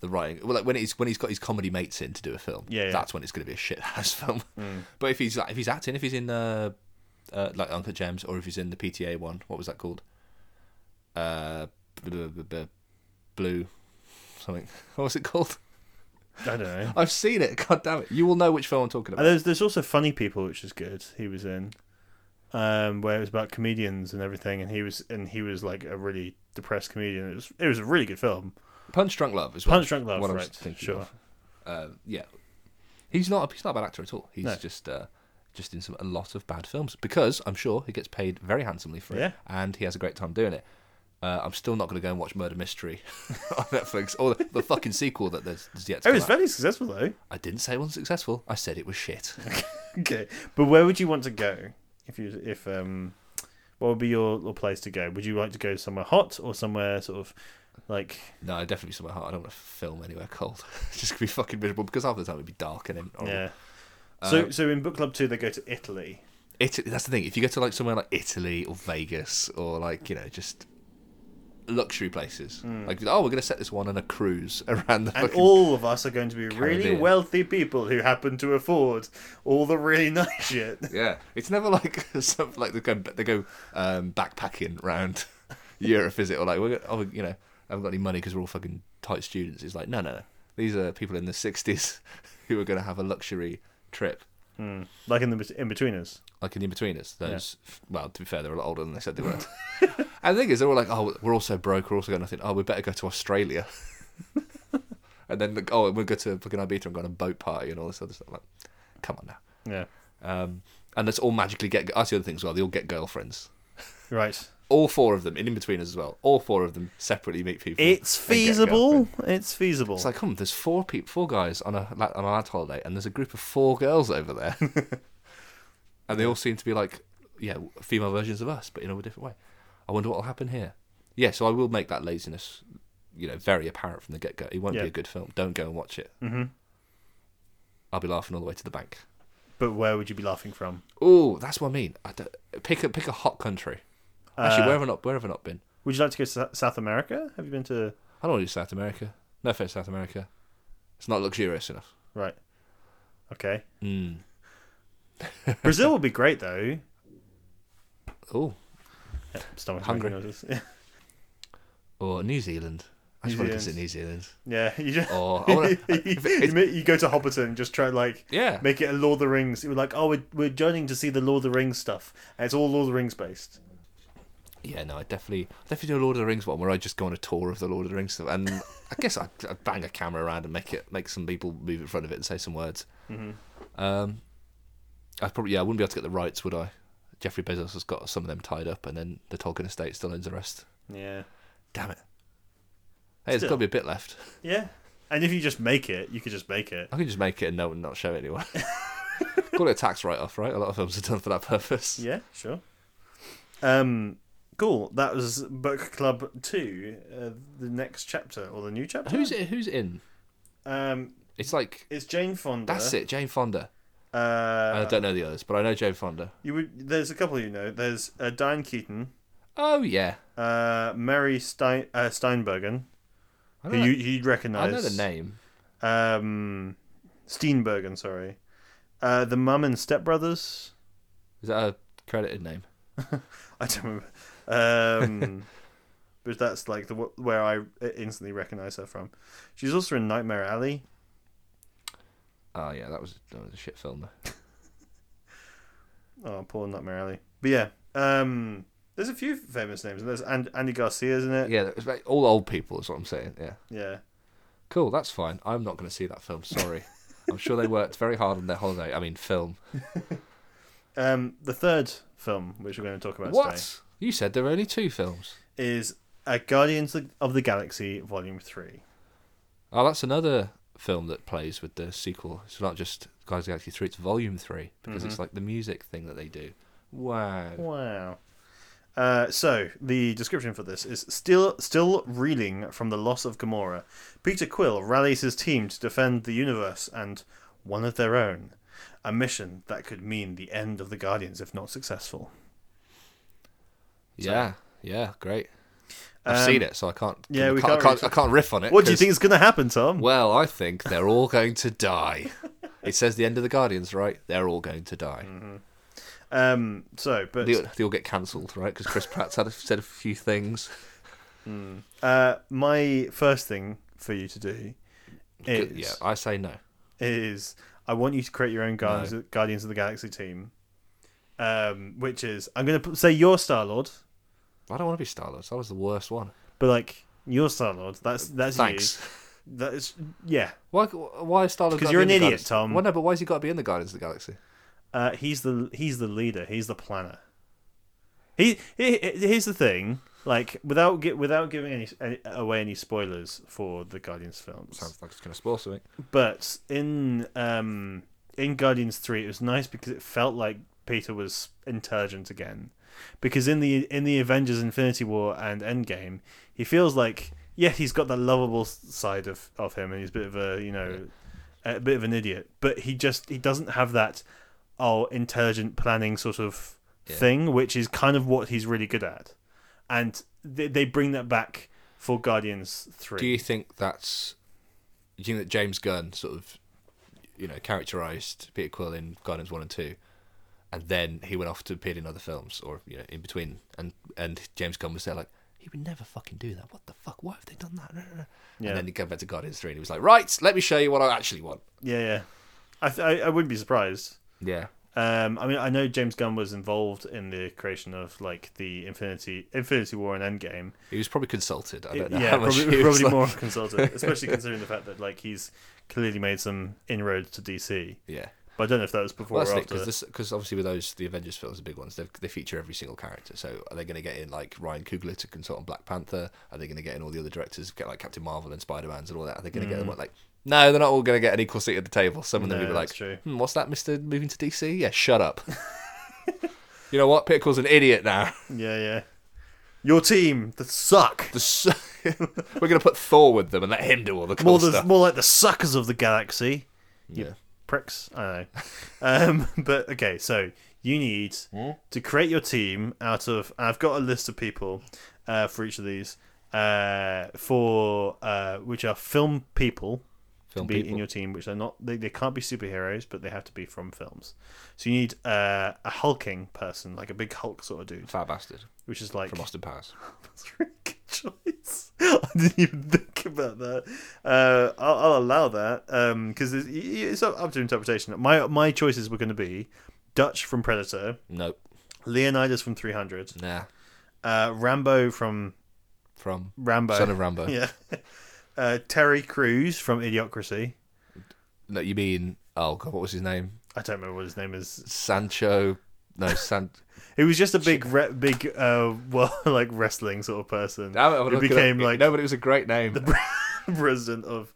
[SPEAKER 2] the writing, well, like when it's when he's got his comedy mates in to do a film,
[SPEAKER 1] Yeah, Mm. yeah.
[SPEAKER 2] that's when it's going to be a shit ass [laughs] film. But if he's like, if he's acting, if he's in uh, uh like Uncle Gems, or if he's in the PTA one, what was that called? Uh, bl- bl- bl- blue, something. [laughs] What was it called?
[SPEAKER 1] I don't know.
[SPEAKER 2] I've seen it. God damn it! You will know which film I'm talking
[SPEAKER 1] And
[SPEAKER 2] about.
[SPEAKER 1] there's there's also Funny People, which is good. He was in, um, where it was about comedians and everything, and he was and he was like a really depressed comedian. It was it was a really good film.
[SPEAKER 2] Punch Drunk Love as well.
[SPEAKER 1] Punch Drunk Love,
[SPEAKER 2] What I was
[SPEAKER 1] right?
[SPEAKER 2] thinking
[SPEAKER 1] Sure.
[SPEAKER 2] of. uh, yeah, he's not he's not a bad actor at all. He's
[SPEAKER 1] No.
[SPEAKER 2] just uh, just in some a lot of bad films because I'm sure he gets paid very handsomely for it,
[SPEAKER 1] Yeah.
[SPEAKER 2] and he has a great time doing it. Uh, I'm still not going to go and watch Murder Mystery [laughs] on Netflix or the, the fucking sequel that there's, there's yet to
[SPEAKER 1] It
[SPEAKER 2] come
[SPEAKER 1] was
[SPEAKER 2] out.
[SPEAKER 1] Oh, very successful though.
[SPEAKER 2] I didn't say it was successful. I said it
[SPEAKER 1] [laughs]
[SPEAKER 2] was shit.
[SPEAKER 1] okay, but where would you want to go if you if um, what would be your, your place to go? Would you like to go somewhere hot or somewhere sort of like
[SPEAKER 2] no, I'd definitely be somewhere hot. I don't want to film anywhere cold. [laughs] it's just going to be fucking miserable because half the time it'd be dark and then horrible. Uh,
[SPEAKER 1] yeah? So so in book club two they go to Italy.
[SPEAKER 2] Italy. That's the thing. If you go to like somewhere like Italy or Vegas or like you know just luxury places, like oh we're gonna set this one on a cruise [laughs] around the
[SPEAKER 1] Hmm. And
[SPEAKER 2] fucking
[SPEAKER 1] all of us are going to be really
[SPEAKER 2] Caribbean.
[SPEAKER 1] wealthy people who happen to afford all the really [laughs] nice shit.
[SPEAKER 2] yeah. It's never like [laughs] something like they go they go um, backpacking around [laughs] Europe, is it? Or like we're gonna, oh you know I haven't got any money because we're all fucking tight students. It's like no no no. These are people in the sixties [laughs] who are gonna have a luxury trip.
[SPEAKER 1] like in the in between us.
[SPEAKER 2] like in the betweeners. Those, well, to be fair, they're a lot older than they said they were. [laughs] and the thing is, they're all like, "Oh, we're all so broke, we're also got nothing. Oh, we better go to Australia." [laughs] and then, like, oh, and we'll go to fucking Ibiza and go on a boat party and all this other stuff. Like, come on now.
[SPEAKER 1] Yeah,
[SPEAKER 2] Um, and let's all magically get. That's the other thing as well. They all get girlfriends.
[SPEAKER 1] right.
[SPEAKER 2] All four of them, in betweeners as well. All four of them separately meet people.
[SPEAKER 1] It's
[SPEAKER 2] and get
[SPEAKER 1] feasible.
[SPEAKER 2] girlfriends.
[SPEAKER 1] It's feasible.
[SPEAKER 2] It's like, come, there's four people, four guys on a la- on a lad holiday, and there's a group of four girls over there, and they all seem to be like, yeah, female versions of us, but in a different way. I wonder what will happen here. Yeah, so I will make that laziness, you know, very apparent from the get go. It won't
[SPEAKER 1] Yeah.
[SPEAKER 2] be a good film. Don't go and watch it. Mm-hmm. I'll be laughing all the way to the bank.
[SPEAKER 1] but where would you be laughing from?
[SPEAKER 2] Oh, that's what I mean. I don't, pick a pick a hot country. Actually, where have I not where have I not been?
[SPEAKER 1] Would you like to go to Sa- South America? Have you been to
[SPEAKER 2] I don't want to do South America. No offense, South America. It's not luxurious enough.
[SPEAKER 1] right?
[SPEAKER 2] [laughs]
[SPEAKER 1] Okay.
[SPEAKER 2] Mm.
[SPEAKER 1] Brazil would be great though.
[SPEAKER 2] Oh,
[SPEAKER 1] Yeah, stomach
[SPEAKER 2] Hungry.
[SPEAKER 1] making noises. [laughs]
[SPEAKER 2] or New Zealand. I just
[SPEAKER 1] New
[SPEAKER 2] want to visit
[SPEAKER 1] Zealand.
[SPEAKER 2] New Zealand.
[SPEAKER 1] Yeah, [laughs] you just.
[SPEAKER 2] Or Oh, I wanna, if it-
[SPEAKER 1] you, ma- you go to Hobbiton, just try like
[SPEAKER 2] yeah,
[SPEAKER 1] make it a Lord of the Rings. It was like, oh, we're, we're journeying to see the Lord of the Rings stuff, and it's all Lord of the Rings based.
[SPEAKER 2] yeah. No, I definitely definitely do a Lord of the Rings one where I just go on a tour of the Lord of the Rings stuff, and I guess I would bang a camera around and make it make some people move in front of it and say some words. Um, I probably yeah, I wouldn't be able to get the rights, would I? Jeffrey Bezos has got some of them tied up, and then the Tolkien estate still owns the rest.
[SPEAKER 1] Yeah,
[SPEAKER 2] Damn it! Hey, there's
[SPEAKER 1] Still.
[SPEAKER 2] got to be a bit left.
[SPEAKER 1] yeah. And if you just make it, you could just make it.
[SPEAKER 2] I could just make it and no and not show
[SPEAKER 1] [laughs]
[SPEAKER 2] anyone. Call it a tax write-off, right? A lot of films are done for that purpose.
[SPEAKER 1] Yeah, sure. Um, cool. That was book club two, uh, the next chapter or the new chapter.
[SPEAKER 2] Who's it? Who's in?
[SPEAKER 1] Um,
[SPEAKER 2] It's like
[SPEAKER 1] it's Jane Fonda.
[SPEAKER 2] that's it, Jane Fonda.
[SPEAKER 1] Uh,
[SPEAKER 2] I don't know the others, but I know Jane Fonda.
[SPEAKER 1] you would. There's a couple you know. There's uh, Diane Keaton,
[SPEAKER 2] Oh yeah,
[SPEAKER 1] uh, Mary Stein, uh, Steinbergen,
[SPEAKER 2] I
[SPEAKER 1] who
[SPEAKER 2] know,
[SPEAKER 1] you, you'd
[SPEAKER 2] I
[SPEAKER 1] recognize.
[SPEAKER 2] know the name.
[SPEAKER 1] Um, Steinbergen, sorry. Uh, the Mum and Step Brothers.
[SPEAKER 2] Is that a credited name?
[SPEAKER 1] I don't remember.
[SPEAKER 2] [laughs]
[SPEAKER 1] Um, but that's like the where I uh, instantly recognize her from. She's also in Nightmare Alley.
[SPEAKER 2] Oh yeah, that was that was a shit film.
[SPEAKER 1] Oh, poor Nightmare Alley. But yeah, um, there's a few famous names. There's and- Andy Garcia's in it.
[SPEAKER 2] Yeah, that was like all old people is what I'm saying. Yeah,
[SPEAKER 1] Yeah.
[SPEAKER 2] cool, that's fine. I'm
[SPEAKER 1] [laughs]
[SPEAKER 2] not going to see that film. Sorry, I'm sure they worked very hard on their holiday. I mean, film.
[SPEAKER 1] Um, the third film which we're going to talk about today
[SPEAKER 2] What? You said there were only two films.
[SPEAKER 1] is uh, Guardians of the Galaxy Volume Three.
[SPEAKER 2] Oh, that's another film that plays with the sequel. It's not just Guardians of the Galaxy 3, it's Volume 3, because it's like the music thing that they do. Wow.
[SPEAKER 1] Mm-hmm. Wow. Uh, so the description for this is still still reeling from the loss of Gamora. Peter Quill rallies his team to defend the universe and one of their own, a mission that could mean the end of the Guardians if not successful.
[SPEAKER 2] Yeah, yeah, great.
[SPEAKER 1] Um,
[SPEAKER 2] I've seen it, so I can't.
[SPEAKER 1] yeah,
[SPEAKER 2] I
[SPEAKER 1] we
[SPEAKER 2] can't, I
[SPEAKER 1] can't
[SPEAKER 2] can't,
[SPEAKER 1] really-
[SPEAKER 2] I can't riff on it.
[SPEAKER 1] What do you
[SPEAKER 2] 'cause-
[SPEAKER 1] think is going to happen, Tom?
[SPEAKER 2] Well, I think they're all going to die. It says the end of the Guardians, right? They're all going to die.
[SPEAKER 1] Mm-hmm. Um, so, but
[SPEAKER 2] They, they all get cancelled, right? Because Chris Pratt's had a, said a few things.
[SPEAKER 1] uh, my first thing for you to do is
[SPEAKER 2] Yeah, I say no.
[SPEAKER 1] is I want you to create your own Guardians, Guardians of the Galaxy team, um, which is I'm going to say your Star Lord,
[SPEAKER 2] I don't want to be Star Lord. Star Lord's the worst one.
[SPEAKER 1] but like your Star Lord. That's that's
[SPEAKER 2] Thanks.
[SPEAKER 1] you. That is yeah.
[SPEAKER 2] Why? Why is Star Lord?
[SPEAKER 1] 'Cause
[SPEAKER 2] gotta
[SPEAKER 1] you're
[SPEAKER 2] be
[SPEAKER 1] an
[SPEAKER 2] in the
[SPEAKER 1] idiot,
[SPEAKER 2] Guardians?
[SPEAKER 1] Tom.
[SPEAKER 2] Well, no, but why's he got to be in the Guardians of the Galaxy?
[SPEAKER 1] Uh, he's the he's the leader. He's the planner. He, he he- here's the thing. Like without gi- without giving any, any away any spoilers for the Guardians films.
[SPEAKER 2] Sounds like it's going to spoil something.
[SPEAKER 1] but in um in Guardians three, it was nice because it felt like Peter was intelligent again. Because in the in the Avengers Infinity War and Endgame, he feels like yeah he's got that lovable s- side of of him and he's a bit of a you know a bit of an idiot, but he just he doesn't have that oh intelligent planning sort of thing, which is kind of what he's really good at, and they, they bring that back for Guardians three.
[SPEAKER 2] Do you think that's? Do you think that James Gunn sort of, you know, characterized Peter Quill in Guardians One and Two, and then he went off to appear in other films or you know in between, and and James Gunn was there like he would never fucking do that. What the fuck? Why have they done that? [laughs]
[SPEAKER 1] Yeah.
[SPEAKER 2] And then he came back to Guardians Three and he was like, right, let me show you what I actually want.
[SPEAKER 1] Yeah, yeah. I, th- I I wouldn't be surprised.
[SPEAKER 2] Yeah.
[SPEAKER 1] Um, I mean, I know James Gunn was involved in the creation of like the Infinity Infinity War and Endgame.
[SPEAKER 2] He was probably consulted. I don't know
[SPEAKER 1] yeah,
[SPEAKER 2] how much
[SPEAKER 1] probably,
[SPEAKER 2] he was
[SPEAKER 1] probably
[SPEAKER 2] like-
[SPEAKER 1] more of a consultant, especially considering the fact that like he's clearly made some inroads to DC.
[SPEAKER 2] [laughs] Yeah.
[SPEAKER 1] But I don't know if that was before
[SPEAKER 2] Well, that's
[SPEAKER 1] or
[SPEAKER 2] it
[SPEAKER 1] after.
[SPEAKER 2] because because obviously with those the Avengers films, the big ones, they they feature every single character. So are they going to get in like Ryan Coogler to consult on Black Panther? Are they going to get in all the other directors, get like Captain Marvel and Spider Man's and all that? Are they going to get them like? No, they're not all going to get an equal seat at the table. Some of them
[SPEAKER 1] Hmm. No,
[SPEAKER 2] will be like,
[SPEAKER 1] that's true.
[SPEAKER 2] "Hmm, "What's that, Mister moving to DC? Yeah, shut up." [laughs] you know what? Pickle's an idiot now. [laughs]
[SPEAKER 1] Yeah, yeah. Your team, the suck.
[SPEAKER 2] The s- We're going to put Thor with them and let him do all the cool
[SPEAKER 1] More, the, [laughs]
[SPEAKER 2] stuff.
[SPEAKER 1] more like the suckers of the galaxy.
[SPEAKER 2] Yeah.
[SPEAKER 1] pricks. I don't know. Um, [laughs] but okay, so you need
[SPEAKER 2] Hmm?
[SPEAKER 1] to create your team out of. I've got a list of people uh, for each of these uh, for uh, which are film people
[SPEAKER 2] Film
[SPEAKER 1] to be in
[SPEAKER 2] people.
[SPEAKER 1] your team, which are not. They, they can't be superheroes, but they have to be from films. So you need uh, a hulking person, like a big Hulk sort of dude,
[SPEAKER 2] Fat bastard
[SPEAKER 1] which is like
[SPEAKER 2] from Austin Powers.
[SPEAKER 1] that's a really good [laughs] choice. I didn't even think about that. Uh, I'll, I'll allow that because it's, it's up up to interpretation. My my choices were going to be Dutch from Predator,
[SPEAKER 2] Nope.
[SPEAKER 1] Leonidas from 300,
[SPEAKER 2] Nah.
[SPEAKER 1] uh, Rambo from
[SPEAKER 2] From
[SPEAKER 1] Rambo, [laughs]
[SPEAKER 2] Son of Rambo.
[SPEAKER 1] yeah, uh, Terry Crews from Idiocracy.
[SPEAKER 2] No, you mean oh god, what was his name?
[SPEAKER 1] I don't remember what his name is.
[SPEAKER 2] Sancho. No, [laughs] San.
[SPEAKER 1] It was just a big, re- big, uh, [laughs] well, like wrestling sort of person.
[SPEAKER 2] Damn it, I'm
[SPEAKER 1] Who
[SPEAKER 2] looking
[SPEAKER 1] became
[SPEAKER 2] up-
[SPEAKER 1] like
[SPEAKER 2] no, but it was a great name.
[SPEAKER 1] [laughs] president of,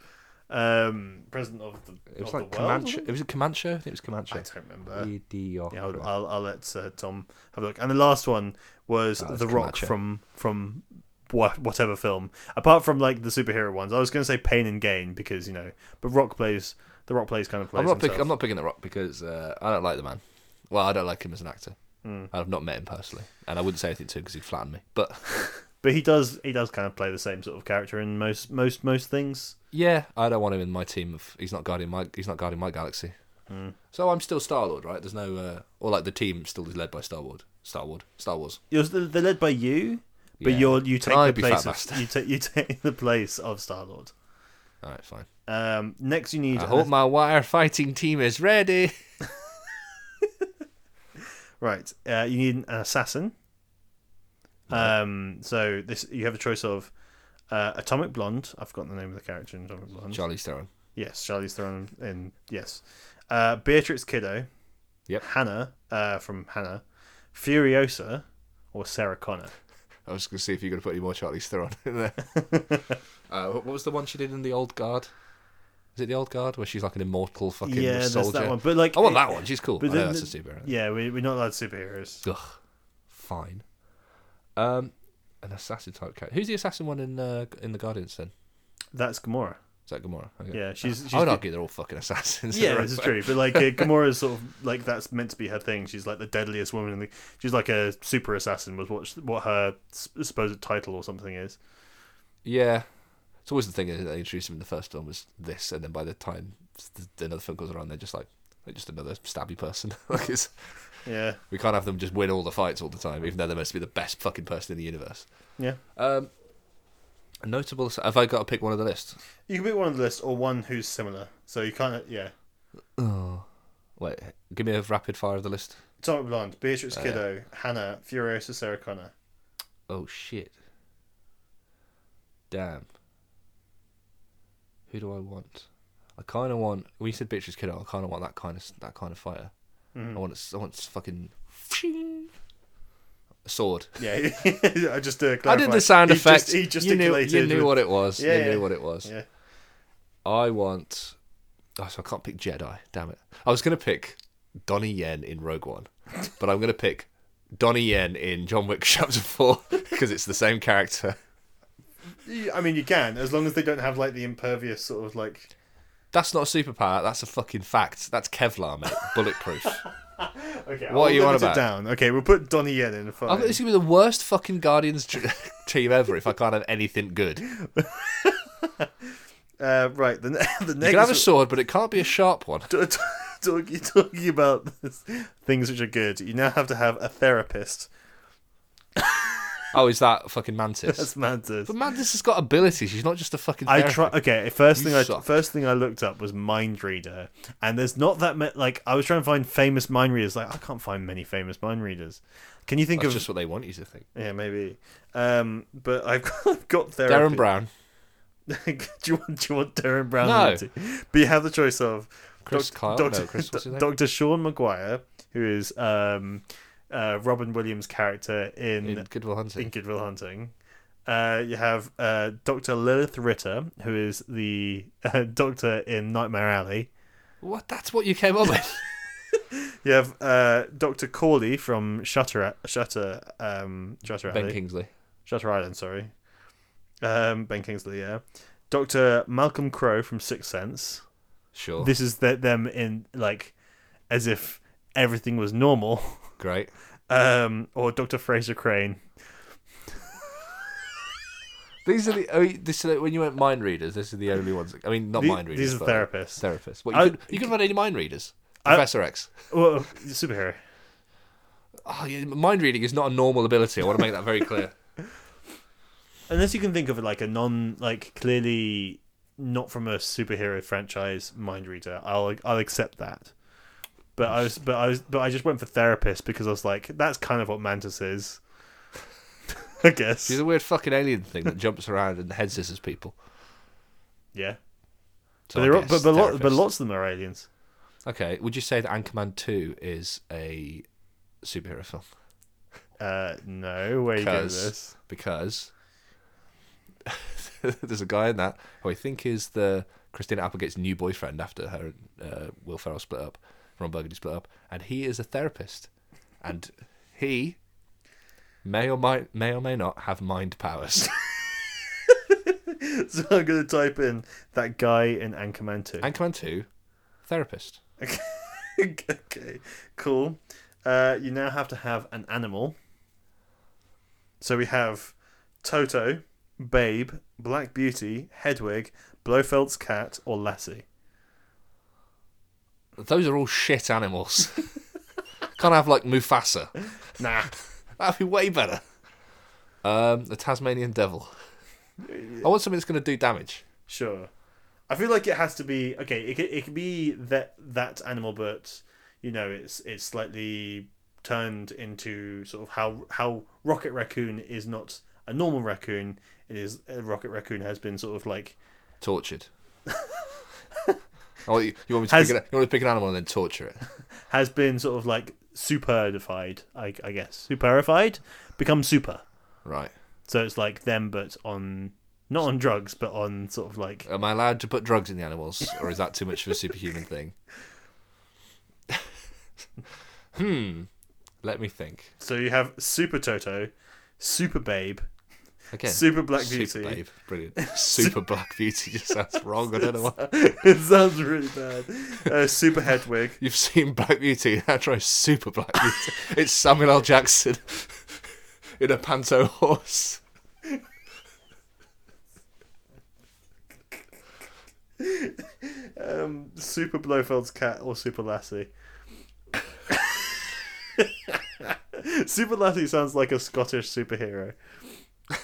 [SPEAKER 1] um, president of the.
[SPEAKER 2] it was
[SPEAKER 1] of
[SPEAKER 2] like
[SPEAKER 1] the world,
[SPEAKER 2] Comanche. It was a Comanche. I think It was Comanche.
[SPEAKER 1] I don't remember.
[SPEAKER 2] Idiot.
[SPEAKER 1] Yeah, I'll, I'll, I'll let uh, Tom have a look. And the last one was
[SPEAKER 2] That was
[SPEAKER 1] The Rock
[SPEAKER 2] Camacho.
[SPEAKER 1] from from wha- whatever film. Apart from like the superhero ones, I was going to say Pain and Gain because you know, but Rock plays the Rock plays kind of plays.
[SPEAKER 2] I'm not. Pick,
[SPEAKER 1] himself.
[SPEAKER 2] I'm not picking the Rock because uh, I don't like the man. Well, I don't like him as an actor.
[SPEAKER 1] Hmm.
[SPEAKER 2] I've not met him personally, and I wouldn't say anything to him because he'd flatten me. But
[SPEAKER 1] But he does he does kind of play the same sort of character in most most most things.
[SPEAKER 2] yeah, I don't want him in my team. Of, he's not guarding my. He's not guarding my galaxy.
[SPEAKER 1] Hmm.
[SPEAKER 2] So I'm still Star Lord, right? There's no, uh, or like the team still is led by Star Wars. Star Wars. Star Wars.
[SPEAKER 1] You're, they're led by you, but
[SPEAKER 2] Yeah.
[SPEAKER 1] you're you take
[SPEAKER 2] I
[SPEAKER 1] the
[SPEAKER 2] be Fat
[SPEAKER 1] place of,
[SPEAKER 2] Bastard?
[SPEAKER 1] you take you take [laughs] the place of Star Lord.
[SPEAKER 2] All right, fine.
[SPEAKER 1] Um, next, you need
[SPEAKER 2] I hope my wire fighting team is ready.
[SPEAKER 1] Right. Uh, you need an assassin. Um, so this you have a choice of uh, Atomic Blonde. I've forgotten the name of the character in Atomic Blonde.
[SPEAKER 2] Charlie's Theron.
[SPEAKER 1] yes, Charlie's thrown in. Yes, uh, Beatrix Kiddo.
[SPEAKER 2] Yep.
[SPEAKER 1] Hannah uh, from Hannah, Furiosa, or Sarah Connor.
[SPEAKER 2] I was going to see if you're going to put any more Charlize Theron
[SPEAKER 1] [laughs]
[SPEAKER 2] in there. uh, what was the one she did in The Old Guard? Is it The Old Guard where she's like an immortal fucking
[SPEAKER 1] yeah, there's
[SPEAKER 2] soldier?
[SPEAKER 1] that one. But like,
[SPEAKER 2] I want
[SPEAKER 1] it-
[SPEAKER 2] that one. She's cool. I
[SPEAKER 1] But
[SPEAKER 2] know
[SPEAKER 1] then
[SPEAKER 2] that's a
[SPEAKER 1] the-
[SPEAKER 2] superhero.
[SPEAKER 1] Yeah, we, we're not allowed superheroes.
[SPEAKER 2] Ugh, fine. Um, an assassin type character. Who's the assassin one in uh, in the Guardians? Then
[SPEAKER 1] That's Gamora.
[SPEAKER 2] is that Gamora? Okay.
[SPEAKER 1] Yeah, she's. she's
[SPEAKER 2] I would argue they're all fucking assassins. [laughs]
[SPEAKER 1] yeah,
[SPEAKER 2] They're
[SPEAKER 1] this is
[SPEAKER 2] all-
[SPEAKER 1] true. But like, uh, Gamora's sort of like that's meant to be her thing. She's like the deadliest woman. In the, she's like a super assassin. Was what what her s- supposed title or something is.
[SPEAKER 2] Yeah, it's always the thing that they introduced him in the first film was this, and then by the time th- the another film goes around, they're just like they're just another stabby person. [laughs] like it's,
[SPEAKER 1] Yeah,
[SPEAKER 2] we can't have them just win all the fights all the time, even though they're supposed to be the best fucking person in the universe.
[SPEAKER 1] yeah.
[SPEAKER 2] Um, a notable. assa- Have I got to pick one of the list?
[SPEAKER 1] You can pick one on the list or one who's similar. So you can't. Yeah,
[SPEAKER 2] Wait, give me a rapid fire of the list.
[SPEAKER 1] Atomic Blonde, Beatrix
[SPEAKER 2] Uh,
[SPEAKER 1] Kiddo, Hannah, Furiosa, Sarah Connor.
[SPEAKER 2] Oh shit. Damn. Who do I want? I kind of want. When you said Beatrice Kiddo, I kind of want that kind of that kind of fighter.
[SPEAKER 1] Mm-hmm.
[SPEAKER 2] I want. s- I want s- fucking. A sword.
[SPEAKER 1] Yeah,
[SPEAKER 2] [laughs]
[SPEAKER 1] [laughs] I just uh,
[SPEAKER 2] I did
[SPEAKER 1] clarified.
[SPEAKER 2] the sound
[SPEAKER 1] He
[SPEAKER 2] effect.
[SPEAKER 1] Just, he
[SPEAKER 2] you knew,
[SPEAKER 1] gesticulated.
[SPEAKER 2] you knew
[SPEAKER 1] with-
[SPEAKER 2] what it was.
[SPEAKER 1] Yeah,
[SPEAKER 2] you
[SPEAKER 1] yeah.
[SPEAKER 2] knew what it was.
[SPEAKER 1] Yeah.
[SPEAKER 2] I want. Oh, so I can't pick Jedi. Damn it. I was going to pick Donnie Yen in Rogue One, but I'm going to pick Donnie Yen in John Wick [laughs] Chapter 4 because it's the same character.
[SPEAKER 1] You- I mean, you can as long as they don't have like the impervious sort of like.
[SPEAKER 2] That's not a superpower. That's a fucking fact. That's Kevlar, mate.
[SPEAKER 1] [laughs]
[SPEAKER 2] Bulletproof.
[SPEAKER 1] Okay,
[SPEAKER 2] What are you on
[SPEAKER 1] limit it
[SPEAKER 2] about?
[SPEAKER 1] Down. Okay, we'll put Donnie Yen in. Fine.
[SPEAKER 2] I think this is gonna be the worst fucking Guardians tr- [laughs] team ever. If I can't have anything good, you
[SPEAKER 1] Uh, right, the ne- [laughs] the
[SPEAKER 2] can have a
[SPEAKER 1] next.
[SPEAKER 2] sword, but it can't be a sharp one.
[SPEAKER 1] T- [laughs] t- talk- you're talking about this- things which are good. You now have to have a therapist.
[SPEAKER 2] Oh, is that fucking Mantis?
[SPEAKER 1] That's Mantis.
[SPEAKER 2] But Mantis has got abilities. She's not just a fucking.
[SPEAKER 1] I
[SPEAKER 2] therapist.
[SPEAKER 1] try. Okay, first
[SPEAKER 2] You
[SPEAKER 1] thing I
[SPEAKER 2] suck.
[SPEAKER 1] first thing I looked up was mind reader, and there's not that many. Like I was trying to find famous mind readers. Like I can't find many famous mind readers. Can you think
[SPEAKER 2] That's
[SPEAKER 1] of?
[SPEAKER 2] just what they want you to think.
[SPEAKER 1] Yeah, maybe. Um, but I've [laughs] got, I've got
[SPEAKER 2] Darren
[SPEAKER 1] therapy.
[SPEAKER 2] Brown,
[SPEAKER 1] [laughs] do you want? Do you want Darren Brown?
[SPEAKER 2] No.
[SPEAKER 1] in it? But you have the choice of
[SPEAKER 2] Chris Kyle, no, Chris, what's his name?
[SPEAKER 1] Doctor Sean Maguire, who is um, uh, Robin Williams' character in,
[SPEAKER 2] in Good Will Hunting.
[SPEAKER 1] in Goodwill Hunting. Uh, you have uh, Doctor Lilith Ritter, who is the uh, [laughs] doctor in Nightmare Alley.
[SPEAKER 2] What? That's what you came up with.
[SPEAKER 1] You have uh, Doctor Corley from Shutter Shutter um, Shutter Alley.
[SPEAKER 2] ben Kingsley.
[SPEAKER 1] Shutter Island, sorry. Um, ben Kingsley, yeah. Doctor Malcolm Crowe from Sixth Sense.
[SPEAKER 2] Sure.
[SPEAKER 1] This is the, them in like as if everything was normal. [laughs]
[SPEAKER 2] Great.
[SPEAKER 1] Um, or Doctor Fraser Crane.
[SPEAKER 2] These are the. Oh, this is the- when you went mind readers. This are the only ones. I mean, not
[SPEAKER 1] The-
[SPEAKER 2] mind readers.
[SPEAKER 1] these are
[SPEAKER 2] but
[SPEAKER 1] therapists.
[SPEAKER 2] Therapists. What, you,
[SPEAKER 1] I-
[SPEAKER 2] could, you could run any mind readers.
[SPEAKER 1] I-
[SPEAKER 2] Professor X.
[SPEAKER 1] Well, superhero.
[SPEAKER 2] Oh, yeah, mind reading is not a normal ability. I want to make that very clear.
[SPEAKER 1] Unless you can think of like a non like clearly not from a superhero franchise mind reader, I'll I'll accept that. But I was but I was but I just went for therapist because I was like, that's kind of what Mantis is. [laughs] I guess.
[SPEAKER 2] She's a weird fucking alien thing that jumps around and head scissors people.
[SPEAKER 1] yeah.
[SPEAKER 2] So
[SPEAKER 1] But,
[SPEAKER 2] I
[SPEAKER 1] they're, all-
[SPEAKER 2] guess
[SPEAKER 1] but, but, lot, but
[SPEAKER 2] therapist.
[SPEAKER 1] lots of them are aliens.
[SPEAKER 2] Okay, would you say that Anchorman Two is a superhero film?
[SPEAKER 1] Uh, no, where you get
[SPEAKER 2] Because-
[SPEAKER 1] this?
[SPEAKER 2] Because [laughs] there's a guy in that who I think is the Christina Applegate's new boyfriend after her and uh, Will Ferrell split up, Ron Burgundy split up, and he is a therapist, and he may or might may or may not have mind powers.
[SPEAKER 1] [laughs] So I'm gonna type in that guy in Anchorman Two.
[SPEAKER 2] Anchorman Two, therapist.
[SPEAKER 1] [laughs] okay, cool. Uh, you now have to have an animal. So we have Toto, Babe, Black Beauty, Hedwig, Blofeld's cat, or Lassie.
[SPEAKER 2] Those are all shit animals. [laughs] Can't have like Mufasa.
[SPEAKER 1] Nah.
[SPEAKER 2] That'd be way better. Um, the Tasmanian Devil. I want something that's going to do damage.
[SPEAKER 1] Sure. I feel like it has to be okay. It could, it could be that that animal, but you know, it's it's slightly turned into sort of how how Rocket Raccoon is not a normal raccoon. It is uh, Rocket Raccoon has been sort of like
[SPEAKER 2] Tortured. Oh, you, you want me to
[SPEAKER 1] Has-
[SPEAKER 2] pick an, you want me to pick an animal and then torture it?
[SPEAKER 1] has been sort of like superdified, I, I guess. Superified? Become super.
[SPEAKER 2] Right.
[SPEAKER 1] So it's like them, but on, not on drugs, but on sort of like,
[SPEAKER 2] Am I allowed to put drugs in the animals, or is that too much of a superhuman thing? [laughs] hmm. Let me think.
[SPEAKER 1] so you have Super Toto, Super Babe,
[SPEAKER 2] Again.
[SPEAKER 1] Super Black
[SPEAKER 2] Super
[SPEAKER 1] Beauty.
[SPEAKER 2] Babe.
[SPEAKER 1] [laughs]
[SPEAKER 2] Brilliant. Super Black Beauty just sounds wrong. I don't know why.
[SPEAKER 1] [laughs] it sounds really bad. Uh, Super Hedwig. [laughs]
[SPEAKER 2] You've seen Black Beauty. [laughs] Now try Super Black Beauty. It's Samuel L. Jackson [laughs] in a panto horse.
[SPEAKER 1] Um, Super Blofeld's cat or Super Lassie. [laughs] Super Lassie sounds like a Scottish superhero.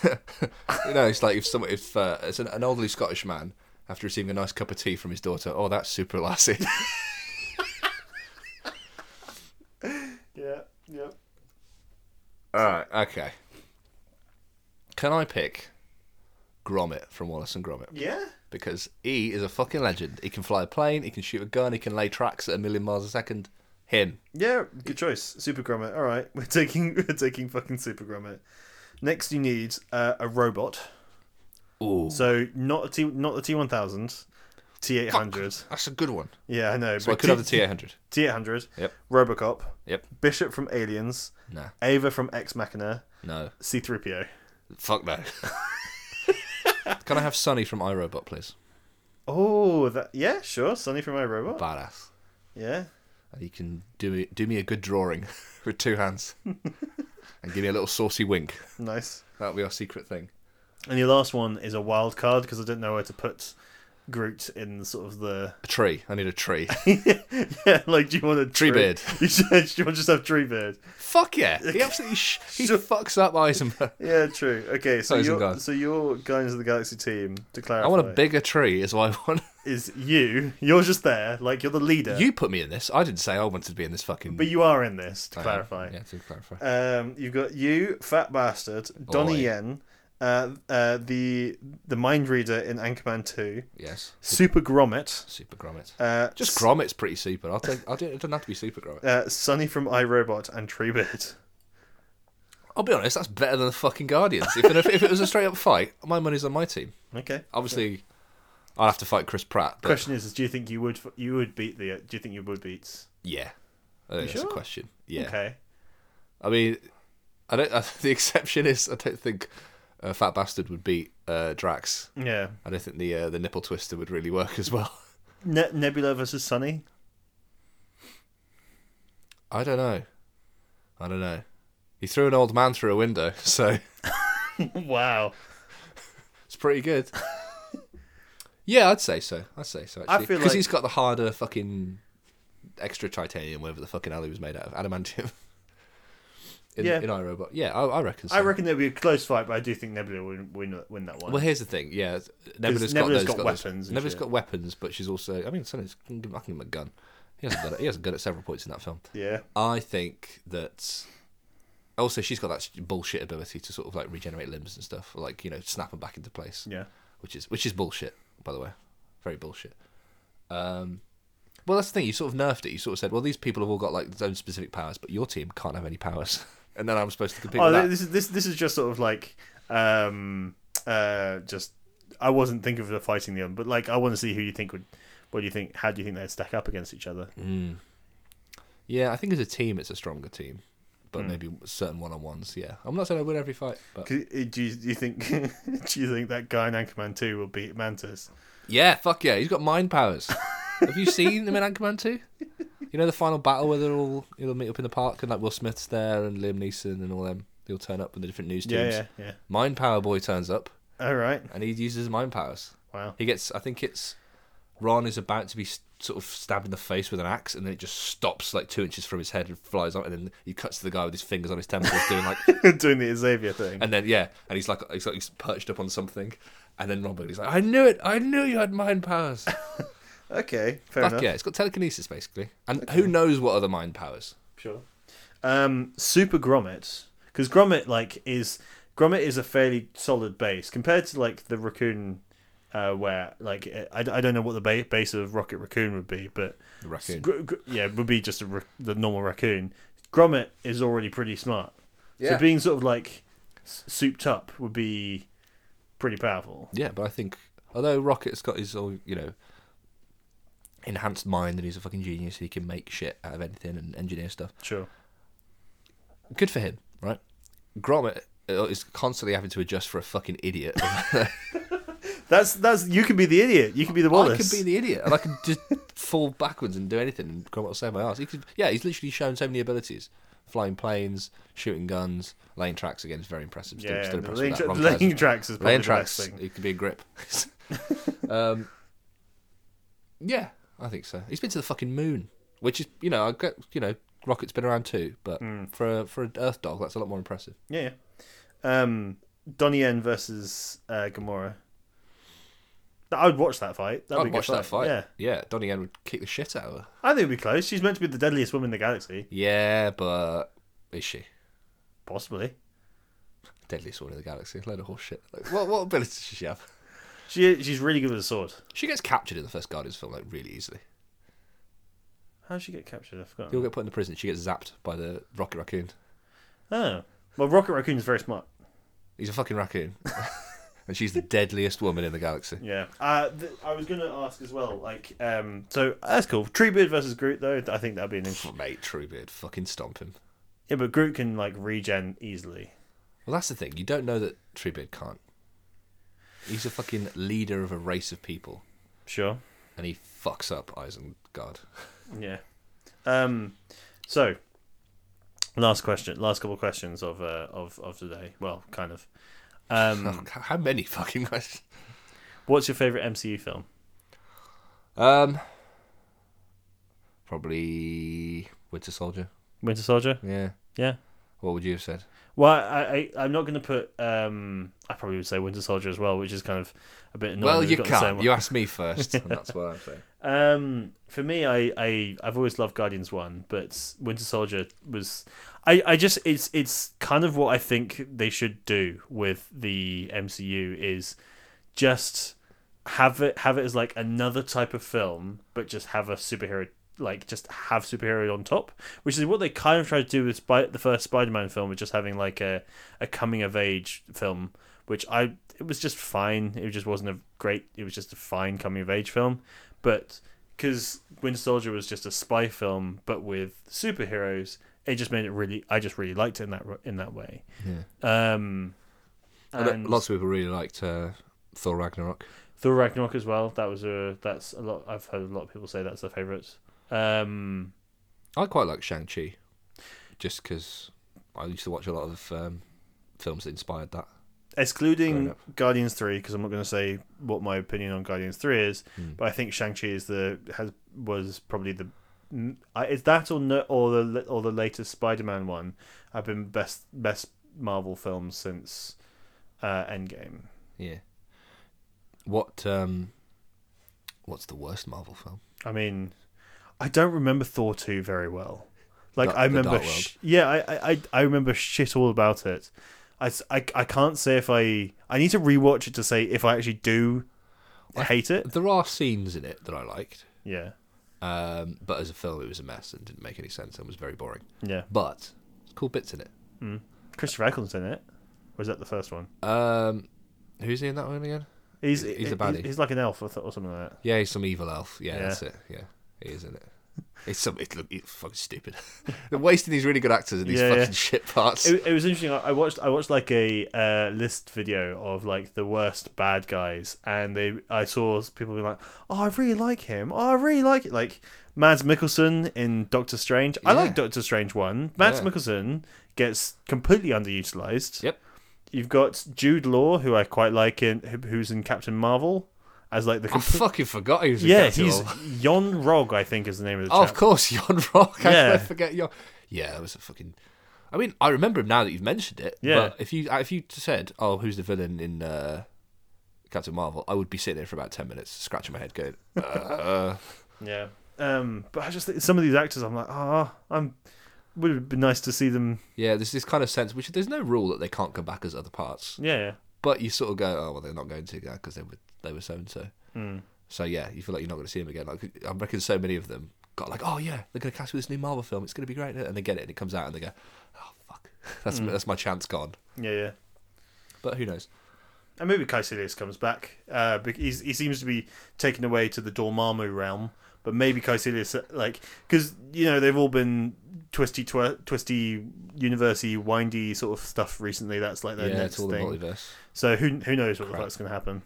[SPEAKER 2] You know, it's like if someone, if uh, it's an, an elderly Scottish man after receiving a nice cup of tea from his daughter. Oh, that's Super [laughs] Lassie.
[SPEAKER 1] Yeah, yeah.
[SPEAKER 2] All right. Okay. Can I pick Gromit from Wallace and Gromit?
[SPEAKER 1] Yeah?
[SPEAKER 2] Because he is a fucking legend. He can fly a plane. He can shoot a gun. He can lay tracks at a million miles a second. Him.
[SPEAKER 1] Yeah, good choice. Super Grommet. All right, we're taking [laughs] we're taking fucking Super Grommet. Next, you need uh, a robot.
[SPEAKER 2] Ooh.
[SPEAKER 1] So not a T, not the T one thousand, T eight hundred.
[SPEAKER 2] That's a good one.
[SPEAKER 1] Yeah, I know.
[SPEAKER 2] So I could have the T eight hundred.
[SPEAKER 1] T eight hundred.
[SPEAKER 2] Yep.
[SPEAKER 1] Robocop.
[SPEAKER 2] Yep.
[SPEAKER 1] Bishop from Aliens.
[SPEAKER 2] Nah.
[SPEAKER 1] Ava from Ex Machina.
[SPEAKER 2] No.
[SPEAKER 1] C three PO.
[SPEAKER 2] Fuck no. [laughs] Can I have Sonny from iRobot, please?
[SPEAKER 1] Oh, that yeah, sure. Sonny from My Robot.
[SPEAKER 2] Badass.
[SPEAKER 1] Yeah.
[SPEAKER 2] And he Uh, can do me do me a good drawing [laughs] with two
[SPEAKER 1] [laughs]
[SPEAKER 2] hands, and give me a little saucy wink.
[SPEAKER 1] Nice.
[SPEAKER 2] That'll be our secret thing.
[SPEAKER 1] And your last one is a wild card because I didn't know where to put Groot in sort of the [laughs]
[SPEAKER 2] A tree. I need a tree.
[SPEAKER 1] yeah. Like, do you want a
[SPEAKER 2] Tree beard.
[SPEAKER 1] [laughs] You should, you want to just have tree beard.
[SPEAKER 2] Fuck yeah. He absolutely sh- he fucks
[SPEAKER 1] [laughs]
[SPEAKER 2] up Eisenberg.
[SPEAKER 1] Yeah, true. Okay, so
[SPEAKER 2] Those are
[SPEAKER 1] your
[SPEAKER 2] gone.
[SPEAKER 1] so your Guardians of the Galaxy team to clarify,
[SPEAKER 2] I want a bigger tree, is what I
[SPEAKER 1] [laughs]
[SPEAKER 2] want.
[SPEAKER 1] is you. You're just there, like you're the leader,
[SPEAKER 2] You put me in this. I didn't say I wanted to be in this fucking.
[SPEAKER 1] but you are in this. To
[SPEAKER 2] I am.
[SPEAKER 1] clarify,
[SPEAKER 2] Uh-huh. Yeah, to clarify.
[SPEAKER 1] um, you've got you, fat bastard, Donnie
[SPEAKER 2] Oi.
[SPEAKER 1] Yen, uh, uh, the the mind reader in Anchorman Two,
[SPEAKER 2] yes.
[SPEAKER 1] Super Grommet,
[SPEAKER 2] Super Gromit.
[SPEAKER 1] uh,
[SPEAKER 2] Just Gromit's pretty super. I'll take. I'll do, it doesn't have to be Super Gromit.
[SPEAKER 1] uh, Sonny from iRobot, and Treebeard.
[SPEAKER 2] I'll be honest. That's better than the fucking Guardians. If, if, if it was a straight up fight, my money's on my team.
[SPEAKER 1] [laughs] Okay.
[SPEAKER 2] Obviously, I'll have to fight Chris Pratt. But
[SPEAKER 1] Question is, is, do you think you would you would beat the? Do you think you would beat?
[SPEAKER 2] yeah, I think that's
[SPEAKER 1] sure?
[SPEAKER 2] a question. Yeah.
[SPEAKER 1] Okay.
[SPEAKER 2] I mean, I don't. [laughs] I, the exception is I don't think uh, Fat Bastard would beat uh, Drax.
[SPEAKER 1] Yeah.
[SPEAKER 2] I don't think the uh, the nipple twister would really work as well. [laughs]
[SPEAKER 1] Ne- Nebula versus Sunny. [laughs]
[SPEAKER 2] I don't know. I don't know. He threw an old man through a window, [laughs] so
[SPEAKER 1] wow.
[SPEAKER 2] it's pretty
[SPEAKER 1] [laughs]
[SPEAKER 2] good. yeah, I'd say so. I'd say so. Actually,
[SPEAKER 1] feel
[SPEAKER 2] because
[SPEAKER 1] like-
[SPEAKER 2] he's got the harder fucking extra titanium, whatever the fucking hell he was made out of, adamantium. [laughs] In,
[SPEAKER 1] Yeah.
[SPEAKER 2] in iRobot. Yeah, I, I reckon. So.
[SPEAKER 1] I reckon there'll be a close fight, but I do think Nebula will win, win that one.
[SPEAKER 2] Well, here's the thing. Yeah,
[SPEAKER 1] Nebula's
[SPEAKER 2] Nebula's got, those-
[SPEAKER 1] got
[SPEAKER 2] got those-
[SPEAKER 1] weapons and
[SPEAKER 2] Nebula's
[SPEAKER 1] shit.
[SPEAKER 2] got weapons, but she's also. I mean, Sonny's. I can give I can give him a gun. He hasn't done it. He hasn't done it several points in that film.
[SPEAKER 1] yeah.
[SPEAKER 2] I think that. Also, she's got that bullshit ability to sort of like regenerate limbs and stuff, or like you know, snap them back into place,
[SPEAKER 1] Yeah.
[SPEAKER 2] which is which is bullshit, by the way, very bullshit. Um, well, that's the thing. You sort of nerfed it. You sort of said, well, these people have all got like their own specific powers, but your team can't have any powers, [laughs] and then I'm supposed to compete.
[SPEAKER 1] Oh,
[SPEAKER 2] with that.
[SPEAKER 1] this is this this is just sort of like um uh just I wasn't thinking of the fighting the other, but like I want to see who you think would what do you think how do you think they'd stack up against each other?
[SPEAKER 2] Yeah, I think as a team, it's a stronger team, but
[SPEAKER 1] Hmm.
[SPEAKER 2] maybe certain one-on-ones. Yeah, I'm not saying I win every fight, but
[SPEAKER 1] 'Cause, uh, Do you, do you think [laughs] do you think that guy in Anchorman Two will beat Mantis?
[SPEAKER 2] yeah, fuck yeah, he's got
[SPEAKER 1] [laughs]
[SPEAKER 2] mind powers. Have you seen him in Anchorman Two? You know the final battle where they're all they'll meet up in the park and like Will Smith's there and Liam Neeson and all them. They all turn up with the different news teams.
[SPEAKER 1] Yeah, yeah, yeah.
[SPEAKER 2] Mind Power Boy turns up
[SPEAKER 1] All right.
[SPEAKER 2] and he uses his mind powers.
[SPEAKER 1] Wow.
[SPEAKER 2] He gets, I think it's Ron is about to be s- sort of stabbed in the face with an axe, and then it just stops like two inches from his head and flies up, and then he cuts to the guy with his fingers on his temples doing like
[SPEAKER 1] [laughs] Doing the Xavier thing.
[SPEAKER 2] And then yeah, and he's like he's like he's perched up on something, and then Robin he's like, I knew it, I knew you had mind powers.
[SPEAKER 1] Okay, fair
[SPEAKER 2] Fuck
[SPEAKER 1] enough.
[SPEAKER 2] yeah, it's got telekinesis basically, and who knows what other mind powers?
[SPEAKER 1] Sure. Um, Super Grommet, because Grommet like is Grommet is a fairly solid base compared to like the Raccoon uh, where like I, I don't know what the ba- base of Rocket Raccoon would be, but
[SPEAKER 2] The raccoon.
[SPEAKER 1] Gr- gr- yeah, it would be just a ra- the normal raccoon. Grommet is already pretty smart,
[SPEAKER 2] Yeah.
[SPEAKER 1] so being sort of like s- souped up would be pretty powerful.
[SPEAKER 2] Yeah, but I think although Rocket's got his all you know enhanced mind and he's a fucking genius, he can make shit out of anything and engineer stuff.
[SPEAKER 1] Sure.
[SPEAKER 2] Good for him, right? Gromit uh, is constantly having to adjust for a fucking idiot.
[SPEAKER 1] That's that's you could be the idiot. You could be the
[SPEAKER 2] I
[SPEAKER 1] Wallace.
[SPEAKER 2] could be the idiot, and I can just [laughs] fall backwards and do anything, and Gromit will save my ass. He could, yeah, he's literally shown so many abilities: flying planes, shooting guns, laying tracks. Again, it's very impressive. Still,
[SPEAKER 1] yeah,
[SPEAKER 2] still
[SPEAKER 1] the
[SPEAKER 2] impressed
[SPEAKER 1] laying,
[SPEAKER 2] with that.
[SPEAKER 1] tra-
[SPEAKER 2] Wrong
[SPEAKER 1] laying
[SPEAKER 2] person.
[SPEAKER 1] tracks is [laughs] probably
[SPEAKER 2] Laying
[SPEAKER 1] the best
[SPEAKER 2] tracks.
[SPEAKER 1] thing.
[SPEAKER 2] It could be a grip. [laughs] um, yeah, I think so. He's been to the fucking moon, which is you know I get you know Rocket's been around too, but
[SPEAKER 1] Hmm.
[SPEAKER 2] for a, for an Earth dog, that's a lot more impressive.
[SPEAKER 1] Yeah, yeah. Um, Donnie Yen versus uh, Gamora. I would watch that fight. That'd
[SPEAKER 2] I'd
[SPEAKER 1] be a good
[SPEAKER 2] watch that fight.
[SPEAKER 1] Yeah,
[SPEAKER 2] yeah. Donnie Yen would kick the shit out of her.
[SPEAKER 1] I think it'd be close. She's meant to be the deadliest woman in the galaxy,
[SPEAKER 2] Yeah, but is she?
[SPEAKER 1] possibly.
[SPEAKER 2] Deadliest one in the galaxy. Load of horse shit. Like, what what abilities does she have?
[SPEAKER 1] She she's really good with a sword.
[SPEAKER 2] She gets captured in the first Guardians film like really easily.
[SPEAKER 1] How did she get captured? I forgot.
[SPEAKER 2] People get put in the prison. She gets zapped by the Rocket Raccoon.
[SPEAKER 1] Oh, well, Rocket Raccoon's very smart.
[SPEAKER 2] He's a fucking [laughs] raccoon, and she's the deadliest woman in the [laughs] galaxy.
[SPEAKER 1] Yeah. Uh, th- I was gonna ask as well. Like, um, so that's cool. Treebeard versus Groot, though. I think that'd be an interesting.
[SPEAKER 2] Pff, Mate, Truebeard, fucking stomp him.
[SPEAKER 1] Yeah, but Groot can like regen easily.
[SPEAKER 2] Well, that's the thing. You don't know that Treebeard can't. He's a fucking leader of a race of people,
[SPEAKER 1] Sure.
[SPEAKER 2] and he fucks up Isengard.
[SPEAKER 1] Yeah. Um. So, last question. Last couple of questions of uh, of of today. Well, kind of. Um,
[SPEAKER 2] Fuck, [laughs] How many fucking guys?
[SPEAKER 1] what's your favorite MCU film?
[SPEAKER 2] Um, probably Winter Soldier.
[SPEAKER 1] Winter Soldier.
[SPEAKER 2] Yeah.
[SPEAKER 1] Yeah.
[SPEAKER 2] What would you have said?
[SPEAKER 1] Well, I, I I'm not going to put. Um, I probably would say Winter Soldier as well, which is kind of a bit annoying.
[SPEAKER 2] well,
[SPEAKER 1] we've
[SPEAKER 2] you
[SPEAKER 1] got the same
[SPEAKER 2] can't.
[SPEAKER 1] one.
[SPEAKER 2] You asked me first, and that's what
[SPEAKER 1] [laughs]
[SPEAKER 2] I'm saying.
[SPEAKER 1] Um, for me, I, I I've always loved Guardians One, but Winter Soldier was. I, I just it's it's kind of what I think they should do with the MCU is just have it have it as like another type of film, but just have a superhero like just have superhero on top, which is what they kind of tried to do with Spy- the first Spider-Man film, with just having like a a coming of age film, which I it was just fine. It just wasn't a great. It was just a fine coming of age film, but because Winter Soldier was just a spy film, but with superheroes, it just made it really. I just really liked it in that in that way. Yeah. Um, and
[SPEAKER 2] Lots of people really liked uh, Thor Ragnarok.
[SPEAKER 1] Thor Ragnarok as well. That was a that's a lot. I've heard a lot of people say that's their favorite. Um,
[SPEAKER 2] I quite like Shang Chi, just because I used to watch a lot of um, films that inspired that. Growing
[SPEAKER 1] excluding
[SPEAKER 2] up.
[SPEAKER 1] Guardians three, because I'm not going to say what my opinion on Guardians three is, but I think Shang Chi is the has was probably the mm, I- is that or no, or the or the latest Spider Man one. I've been best best Marvel film since uh, Endgame.
[SPEAKER 2] Yeah. What um, What's the worst Marvel film?
[SPEAKER 1] I mean, I don't remember Thor two very well. Like
[SPEAKER 2] Da-
[SPEAKER 1] I
[SPEAKER 2] the
[SPEAKER 1] remember,
[SPEAKER 2] Dark World.
[SPEAKER 1] sh- yeah, I, I- I I remember shit all about it. I, s- I, I can't say if I I need to rewatch it to say if I actually do hate it.
[SPEAKER 2] There are scenes in it that I liked,
[SPEAKER 1] Yeah,
[SPEAKER 2] um, but as a film, it was a mess and didn't make any sense and was very boring.
[SPEAKER 1] yeah.
[SPEAKER 2] But there's cool bits in it.
[SPEAKER 1] Christopher Eccleston's in it. Or is that the first one?
[SPEAKER 2] Um, who's he in that one again?
[SPEAKER 1] He's
[SPEAKER 2] He's a
[SPEAKER 1] he's,
[SPEAKER 2] baddie.
[SPEAKER 1] he's like an elf or, th- or something like that.
[SPEAKER 2] Yeah, he's some evil elf. Yeah,
[SPEAKER 1] Yeah.
[SPEAKER 2] that's it. Yeah, he is, isn't it? It's some. It, look, it's fucking stupid. [laughs] They're wasting these really good actors in these
[SPEAKER 1] Yeah, yeah.
[SPEAKER 2] fucking shit parts.
[SPEAKER 1] It, it was interesting. I I watched I watched like a uh, list video of like the worst bad guys, and they I saw people being like, "Oh, I really like him. Oh, I really like it." Like Mads Mikkelsen in Doctor Strange. I
[SPEAKER 2] Yeah.
[SPEAKER 1] like Doctor Strange one. Mads
[SPEAKER 2] Yeah.
[SPEAKER 1] Mikkelsen gets completely underutilized.
[SPEAKER 2] Yep.
[SPEAKER 1] You've got Jude Law, who I quite like, in who- who's in Captain Marvel as like the
[SPEAKER 2] I [laughs]
[SPEAKER 1] complete.
[SPEAKER 2] fucking forgot he was. in
[SPEAKER 1] Yeah,
[SPEAKER 2] Captain
[SPEAKER 1] he's
[SPEAKER 2] Marvel.
[SPEAKER 1] Yon Rog, I think is the name of the
[SPEAKER 2] Oh,
[SPEAKER 1] chap.
[SPEAKER 2] of course, Yon Rock. I
[SPEAKER 1] Yeah.
[SPEAKER 2] forget Yon. Yeah, that was a fucking. I mean, I remember him now that you've mentioned it.
[SPEAKER 1] Yeah.
[SPEAKER 2] But if you if you said, "Oh, who's the villain in uh, Captain Marvel?" I would be sitting there for about ten minutes, scratching my head, going, uh, [laughs]
[SPEAKER 1] Yeah. Um, but I just think some of these actors, I'm like, ah, I'm. Would have been nice to see them.
[SPEAKER 2] "Yeah, there's this kind of sense which there's no rule that they can't come back as other parts."
[SPEAKER 1] Yeah.
[SPEAKER 2] but you sort of go, oh well, they're not going to because they would birthday was so and so.
[SPEAKER 1] Hmm.
[SPEAKER 2] So yeah, you feel like you're not going to see him again. Like I reckon so many of them got like, oh yeah, they're going to cast me this new Marvel film. It's going to be great, and they get it, and it comes out, and they go, oh fuck, [laughs] that's
[SPEAKER 1] Hmm.
[SPEAKER 2] that's my chance gone.
[SPEAKER 1] Yeah, yeah.
[SPEAKER 2] But who knows?
[SPEAKER 1] And maybe Caecilius comes back. Uh, bec- he's, he seems to be taken away to the Dormammu realm, but maybe Caecilius, uh, like, because you know they've all been twisty, twer- twisty, university, windy sort of stuff recently. That's like their
[SPEAKER 2] yeah,
[SPEAKER 1] next
[SPEAKER 2] it's all
[SPEAKER 1] thing.
[SPEAKER 2] the multiverse.
[SPEAKER 1] So who who knows what the
[SPEAKER 2] Crap.
[SPEAKER 1] fuck's going to happen?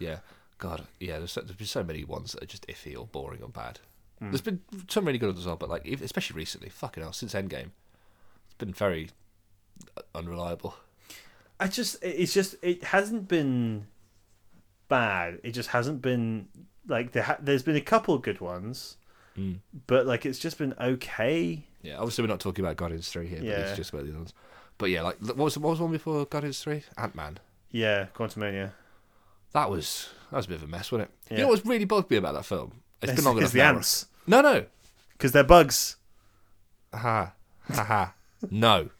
[SPEAKER 2] Yeah, God, yeah. There's so, there's been so many ones that are just iffy or boring or bad.
[SPEAKER 1] Hmm.
[SPEAKER 2] There's been some really good ones as well, but like ev- especially recently, fucking hell, since Endgame, it's been very uh, unreliable.
[SPEAKER 1] I just it- it's just it hasn't been bad. It just hasn't been like there ha- there's been a couple of good ones, Hmm. but like it's just been okay.
[SPEAKER 2] Yeah, obviously we're not talking about Guardians three here, but
[SPEAKER 1] Yeah.
[SPEAKER 2] it's just about the other ones. But yeah, like what was what was one before Guardians three? Ant Man.
[SPEAKER 1] Yeah, Quantumania.
[SPEAKER 2] That was that was a bit of a mess, wasn't it? You
[SPEAKER 1] Yeah.
[SPEAKER 2] know what's really bugged me about that film? It's
[SPEAKER 1] It's,
[SPEAKER 2] been long
[SPEAKER 1] it's
[SPEAKER 2] enough.
[SPEAKER 1] the
[SPEAKER 2] now.
[SPEAKER 1] ants
[SPEAKER 2] No, no.
[SPEAKER 1] because they're bugs.
[SPEAKER 2] Ha ha ha. No.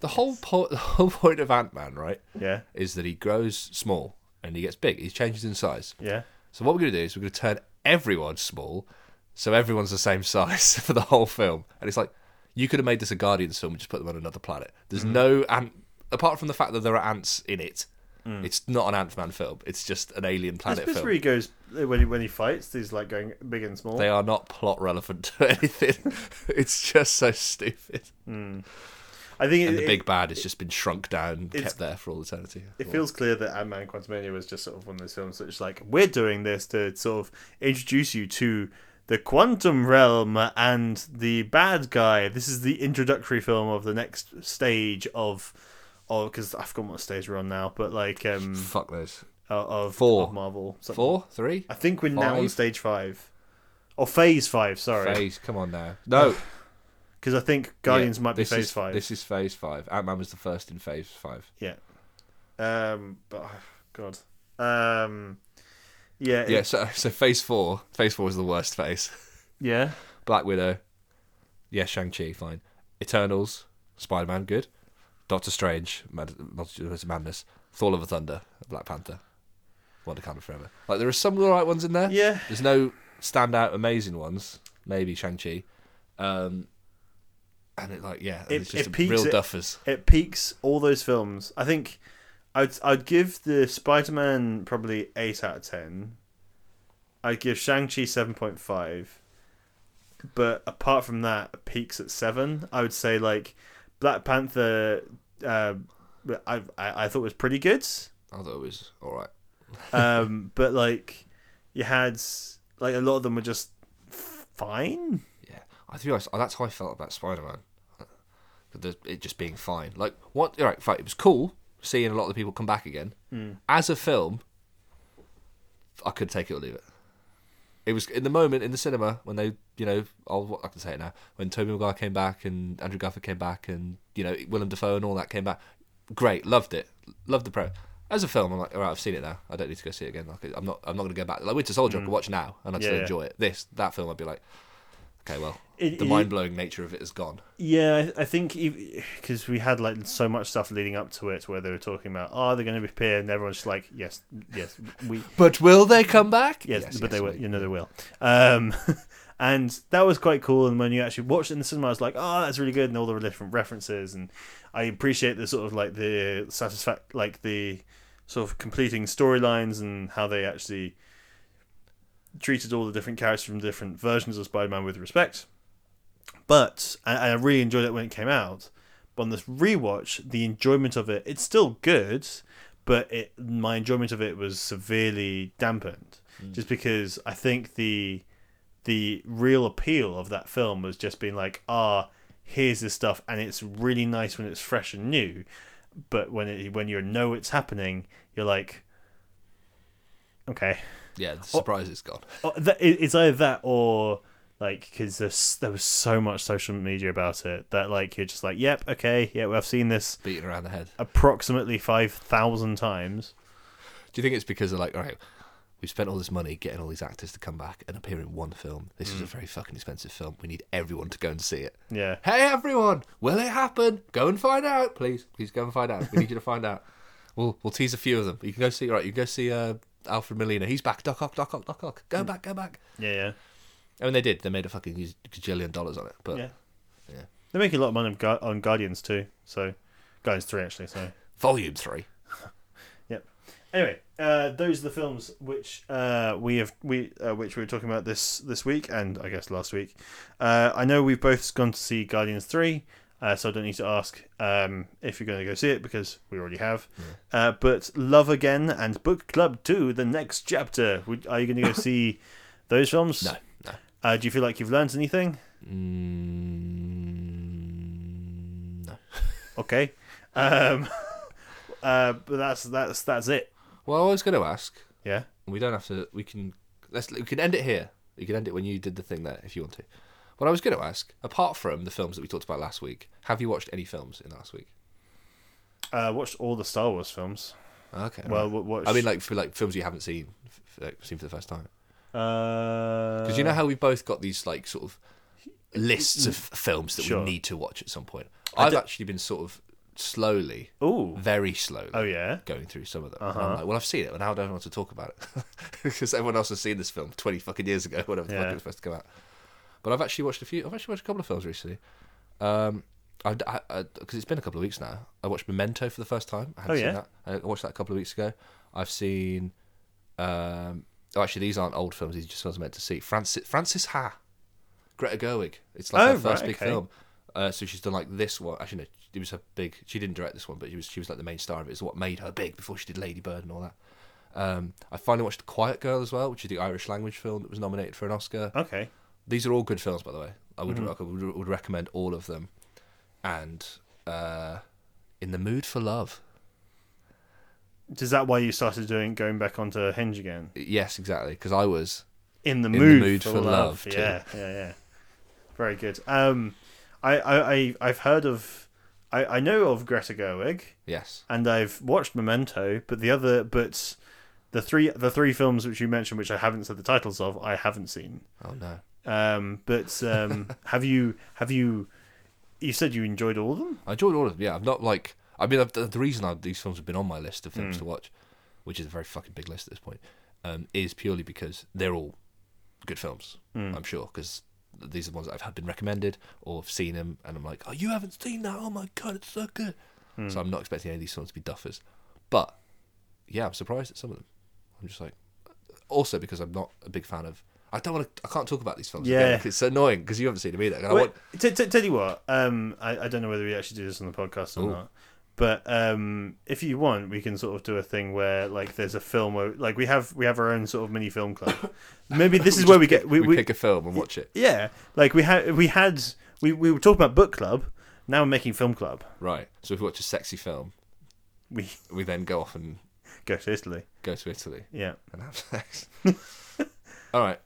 [SPEAKER 2] The whole po- [laughs] the whole point of Ant Man, right,
[SPEAKER 1] Yeah,
[SPEAKER 2] is that he grows small and he gets big. He changes in size.
[SPEAKER 1] yeah.
[SPEAKER 2] So what we're going to do is we're going to turn everyone small, so everyone's the same [laughs] size for the whole film. And it's like you could have made this a Guardians film and just put them on another planet. There's
[SPEAKER 1] Mm.
[SPEAKER 2] no ant apart from the fact that there are ants in it.
[SPEAKER 1] Mm.
[SPEAKER 2] It's not an Ant Man film. It's just an alien
[SPEAKER 1] This
[SPEAKER 2] planet
[SPEAKER 1] bit
[SPEAKER 2] film.
[SPEAKER 1] where he goes when he when he fights, he's like going big and small.
[SPEAKER 2] They are not plot relevant [laughs] to anything. it's just so stupid.
[SPEAKER 1] I think it,
[SPEAKER 2] And the
[SPEAKER 1] it-
[SPEAKER 2] big bad has just been shrunk down,
[SPEAKER 1] it's-
[SPEAKER 2] kept there for all eternity.
[SPEAKER 1] it feels clear that Ant Man Quantumania was just sort of one of those films that's like, we're doing this to sort of introduce you to the quantum realm and the bad guy. This is the introductory film of the next stage of. Oh, because I've forgotten what stage we're on now, but like um
[SPEAKER 2] Fuck those.
[SPEAKER 1] of, of
[SPEAKER 2] Four.
[SPEAKER 1] Marvel something.
[SPEAKER 2] Four, three,
[SPEAKER 1] I think we're now on
[SPEAKER 2] Five?
[SPEAKER 1] stage five, or phase five. Sorry,
[SPEAKER 2] phase. Come
[SPEAKER 1] [laughs]
[SPEAKER 2] on now. No,
[SPEAKER 1] because I think Guardians
[SPEAKER 2] Yeah,
[SPEAKER 1] might be
[SPEAKER 2] this
[SPEAKER 1] phase
[SPEAKER 2] is-
[SPEAKER 1] five.
[SPEAKER 2] This is phase five. Ant Man was the first in phase five.
[SPEAKER 1] Yeah. Um. But oh, God. Um. Yeah. it-
[SPEAKER 2] Yeah, so so phase four. Phase four was the worst phase. [laughs]
[SPEAKER 1] yeah.
[SPEAKER 2] Black Widow. Yeah, Shang Chi, fine. Eternals, Spider Man, good. Doctor Strange, Mad- Multiverse of Madness, Thor Love and Thunder, Black Panther, Wonder Woman Forever. Like there are some alright ones in there.
[SPEAKER 1] Yeah.
[SPEAKER 2] There's no standout amazing ones. Maybe Shang Chi. Um, and it like yeah, it's just
[SPEAKER 1] it
[SPEAKER 2] a
[SPEAKER 1] peaks
[SPEAKER 2] real
[SPEAKER 1] at-
[SPEAKER 2] duffers.
[SPEAKER 1] It peaks all those films. I think I'd I'd give the Spider Man probably eight out of ten. I'd give Shang Chi seven point five. But apart from that, it peaks at seven. I would say like Black Panther. Uh, I, I I thought was pretty good.
[SPEAKER 2] I thought it was alright.
[SPEAKER 1] Um, but like you had like a lot of them were just fine.
[SPEAKER 2] Yeah, I to be honest, that's how I felt about Spider Man. It just being fine. Like what? All right, fine. It was cool seeing a lot of the people come back again.
[SPEAKER 1] Hmm.
[SPEAKER 2] As a film, I could take it or leave it. It was in the moment in the cinema when they, you know, I'll, what- I can say it now. When Tobey Maguire came back and Andrew Garfield came back and you know Willem Dafoe and all that came back, great, loved it, loved the pro. As a film, I'm like, all right, I've seen it now. I don't need to go see it again. Like, I'm not, I'm not going to go back. Like Winter Soldier, I could watch now and I'd still
[SPEAKER 1] Hmm. Yeah.
[SPEAKER 2] enjoy it. This, that film, I'd be like, okay, well,
[SPEAKER 1] It-
[SPEAKER 2] the
[SPEAKER 1] it-
[SPEAKER 2] mind blowing nature of it is gone.
[SPEAKER 1] Yeah, I I think because we had like so much stuff leading up to it where they were talking about, oh, they're going to appear, and everyone's just like, yes, yes, we,
[SPEAKER 2] But will they come back?
[SPEAKER 1] yes, but they will, you know, they will. Um, [laughs] and that was quite cool. And when you actually watched it in the cinema, I was like, oh, that's really good, and all the different references, and I appreciate the sort of like the satisfact, like the sort of completing storylines and how they actually treated all the different characters from different versions of Spider-Man with respect. But and I really enjoyed it when it came out. But on this rewatch, the enjoyment of it, it's still good, but it, my enjoyment of it was severely dampened, just because I think the the real appeal of that film was just being like, ah, here's this stuff, and it's really nice when it's fresh and new, but when it, when you know it's happening, you're like, okay.
[SPEAKER 2] Yeah, the surprise is gone.
[SPEAKER 1] Oh, that, it- it's either that or like because there was so much social media about it that like you're just like yep okay yeah well, i've seen this
[SPEAKER 2] Beaten around the head.
[SPEAKER 1] approximately 5000 times
[SPEAKER 2] Do you think it's because they're like, all right, we've spent all this money getting all these actors to come back and appear in one film. This
[SPEAKER 1] Mm.
[SPEAKER 2] is a very fucking expensive film. We need everyone to go and see it.
[SPEAKER 1] yeah
[SPEAKER 2] Hey, everyone, will it happen? Go and find out, [laughs] please. Please go and find out. We need you to find out. We'll we'll tease a few of them. You can go see. All right, you can go see uh, Alfred Molina. He's back. Doc Ock, Doc Ock, Doc Ock. Go back, go back.
[SPEAKER 1] Yeah, yeah,
[SPEAKER 2] I mean, they did. They made a fucking gajillion dollars on it. But
[SPEAKER 1] yeah.
[SPEAKER 2] Yeah.
[SPEAKER 1] They're making a lot of money on Gu- on Guardians too. So, Guardians three actually. So,
[SPEAKER 2] volume three.
[SPEAKER 1] Yep. Anyway, uh, those are the films which uh, we have we uh, which we were talking about this this week and I guess last week. Uh, I know we've both gone to see Guardians three, uh, so I don't need to ask um, if you're going to go see it because we already have. Uh, but Love Again and Book Club two, the next chapter. Would, are you going to go
[SPEAKER 2] [laughs]
[SPEAKER 1] see those films?
[SPEAKER 2] No, no.
[SPEAKER 1] Uh, do you feel like you've learned anything?
[SPEAKER 2] Mm, no.
[SPEAKER 1] Okay. Um, [laughs] uh, but that's that's that's it.
[SPEAKER 2] Well, I was going to ask.
[SPEAKER 1] Yeah.
[SPEAKER 2] We don't have to. We can. Let's. We can end it here. You can end it when you did the thing there, if you want to. What I was going to ask, apart from the films that we talked about last week, have you watched any films in the last week?
[SPEAKER 1] Uh, watched all the Star Wars films.
[SPEAKER 2] Okay.
[SPEAKER 1] Well,
[SPEAKER 2] right.
[SPEAKER 1] w- watch.
[SPEAKER 2] I mean, like for like films you haven't seen, f- f- like, seen for the first time.
[SPEAKER 1] Because Uh,
[SPEAKER 2] Because you know how we've both got these like sort of lists of films that
[SPEAKER 1] Sure.
[SPEAKER 2] we need to watch at some point. I've
[SPEAKER 1] d-
[SPEAKER 2] actually been sort of slowly,
[SPEAKER 1] Ooh.
[SPEAKER 2] very slowly,
[SPEAKER 1] Oh yeah.
[SPEAKER 2] going through some of them. And
[SPEAKER 1] Uh-huh.
[SPEAKER 2] I'm like, well, I've seen it, and now I don't want to talk about it [laughs] because everyone else has seen this film twenty fucking years ago, [laughs] whatever the fuck
[SPEAKER 1] Yeah.
[SPEAKER 2] it was supposed to come out. But I've actually watched a few. I've actually watched a couple of films recently. Um, I because it's been a couple of weeks now. I watched Memento for the first time. I
[SPEAKER 1] Oh,
[SPEAKER 2] hadn't seen
[SPEAKER 1] yeah?
[SPEAKER 2] that. I watched that a couple of weeks ago. I've seen. Um, oh, actually, these aren't old films. These are just films I meant to see. Francis Francis Ha, Greta Gerwig. It's like
[SPEAKER 1] Oh,
[SPEAKER 2] her first
[SPEAKER 1] right,
[SPEAKER 2] big
[SPEAKER 1] okay.
[SPEAKER 2] film. Uh, so she's done like this one. Actually, no, it was her big. She didn't direct this one, but she was she was like the main star of it. It's what made her big before she did Lady Bird and all that. Um, I finally watched Quiet Girl as well, which is the Irish language film that was nominated for an Oscar.
[SPEAKER 1] Okay.
[SPEAKER 2] These are all good films, by the way. I would,
[SPEAKER 1] Mm-hmm.
[SPEAKER 2] I would, would recommend all of them. And uh, In the Mood for Love.
[SPEAKER 1] Is that why you started doing going back onto Hinge again?
[SPEAKER 2] Yes, exactly. Because I was.
[SPEAKER 1] In the
[SPEAKER 2] the
[SPEAKER 1] mood,
[SPEAKER 2] mood
[SPEAKER 1] for,
[SPEAKER 2] for
[SPEAKER 1] love.
[SPEAKER 2] love, too.
[SPEAKER 1] yeah, yeah, yeah. Very good. Um, I, I, I I've heard of, I, I know of Greta Gerwig,
[SPEAKER 2] Yes.
[SPEAKER 1] and I've watched Memento, but the other, but the three, the three films which you mentioned, which I haven't said the titles of, I haven't seen.
[SPEAKER 2] Oh, no.
[SPEAKER 1] Um, but
[SPEAKER 2] [laughs]
[SPEAKER 1] um, have you, have you, you said you enjoyed all of them?
[SPEAKER 2] I enjoyed all of them. Yeah, I've not like. I mean, I've, the the reason I, these films have been on my list of films to
[SPEAKER 1] Hmm.
[SPEAKER 2] watch, which is a very fucking big list at this point, um, is purely because they're all good films.
[SPEAKER 1] Hmm.
[SPEAKER 2] I'm sure because these are the ones that I've had been recommended or have seen them, and I'm like, oh, you haven't seen that? Oh my god, it's so good.
[SPEAKER 1] Hmm.
[SPEAKER 2] So I'm not expecting any of these films to be duffers, but yeah, I'm surprised at some of them. I'm just like, also because I'm not a big fan of. I don't want to. I can't talk about these films.
[SPEAKER 1] Yeah.
[SPEAKER 2] again. it's so annoying because you haven't seen them either. And I
[SPEAKER 1] Well,
[SPEAKER 2] want-
[SPEAKER 1] t- t- tell you what, um, I, I don't know whether we actually do this on the podcast or not, but um, if you want, we can sort of do a thing where like there's a film where like we have we have our own sort of mini film
[SPEAKER 2] [laughs]
[SPEAKER 1] club. Maybe this is where we get we,
[SPEAKER 2] we,
[SPEAKER 1] we-
[SPEAKER 2] pick a film and watch it.
[SPEAKER 1] yeah, like we had we had we we were talking about book club. Now we're making film club.
[SPEAKER 2] Right. So if we watch a sexy film,
[SPEAKER 1] We [laughs]
[SPEAKER 2] we then go off and
[SPEAKER 1] go to Italy.
[SPEAKER 2] go to Italy
[SPEAKER 1] Yeah,
[SPEAKER 2] and
[SPEAKER 1] [laughs]
[SPEAKER 2] have sex. All right.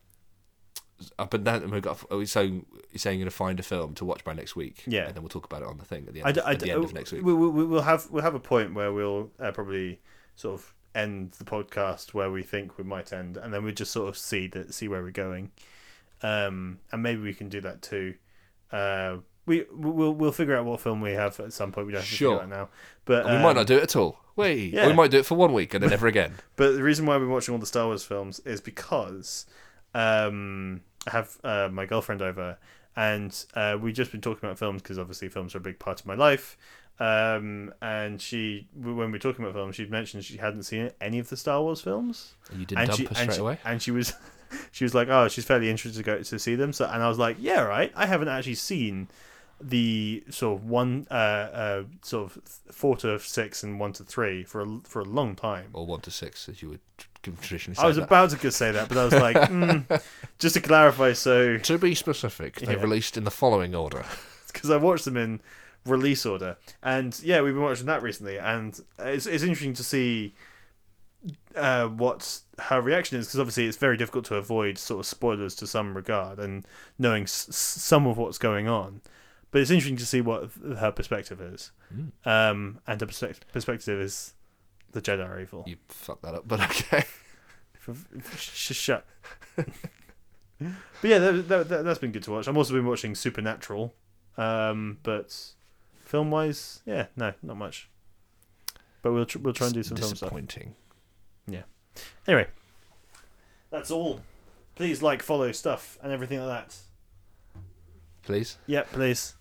[SPEAKER 2] Uh, But then we got. oh, So you're saying you're gonna find a film to watch by next week,
[SPEAKER 1] Yeah.
[SPEAKER 2] and then we'll talk about it on the thing at the end,
[SPEAKER 1] I d-
[SPEAKER 2] of,
[SPEAKER 1] I
[SPEAKER 2] at
[SPEAKER 1] d- uh, oh,
[SPEAKER 2] the end of next week.
[SPEAKER 1] We, we, we'll have we'll have a point where we'll uh, probably sort of end the podcast where we think we might end, and then we just sort of see that see where we're going, um, and maybe we can do that too. Uh, we we'll we'll figure out what film we have at some point. We don't have to
[SPEAKER 2] Sure.
[SPEAKER 1] figure it out now, but
[SPEAKER 2] we
[SPEAKER 1] um,
[SPEAKER 2] might not do it at all. Wait,
[SPEAKER 1] yeah.
[SPEAKER 2] we might do it for one week and then
[SPEAKER 1] [laughs]
[SPEAKER 2] never again.
[SPEAKER 1] But the reason why we're watching all the Star Wars films is because um, I have uh, my girlfriend over, and uh, we've just been talking about films because obviously films are a big part of my life. Um, and she, when we were talking about films, she'd mentioned she hadn't seen any of the Star Wars films,
[SPEAKER 2] You didn't
[SPEAKER 1] and
[SPEAKER 2] dump
[SPEAKER 1] she
[SPEAKER 2] us
[SPEAKER 1] and
[SPEAKER 2] straight
[SPEAKER 1] she,
[SPEAKER 2] away.
[SPEAKER 1] and she was. [laughs] She was like, "Oh, she's fairly interested to go to see them." So, and I was like, "Yeah, right. I haven't actually seen the sort of one, uh, uh, sort of four to six and one to three for a, for a long time."
[SPEAKER 2] Or one to six, as you would t- traditionally say.
[SPEAKER 1] I was
[SPEAKER 2] that.
[SPEAKER 1] about to go say that, but I was
[SPEAKER 2] [laughs]
[SPEAKER 1] like, mm, just to clarify, so
[SPEAKER 2] to be specific, they
[SPEAKER 1] Yeah.
[SPEAKER 2] released in the following order.
[SPEAKER 1] because I watched them in release order, and yeah, we've been watching that recently, and it's it's interesting to see uh, what her reaction is because obviously it's very difficult to avoid sort of spoilers to some regard and knowing s- s- some of what's going on. But it's interesting to see what th- her perspective is,
[SPEAKER 2] Hmm.
[SPEAKER 1] um, and her perspec- perspective is the Jedi are evil.
[SPEAKER 2] You fucked that up, but okay.
[SPEAKER 1] Sh- shut. [laughs] but yeah, that, that, that, that's been good to watch. I've also been watching Supernatural, um, but film-wise, yeah, no, not much. But we'll tr- we'll try and do some film stuff.
[SPEAKER 2] disappointing.
[SPEAKER 1] Yeah. Anyway, that's all. Please like, follow stuff, and everything like that.
[SPEAKER 2] Please.
[SPEAKER 1] Yep, please.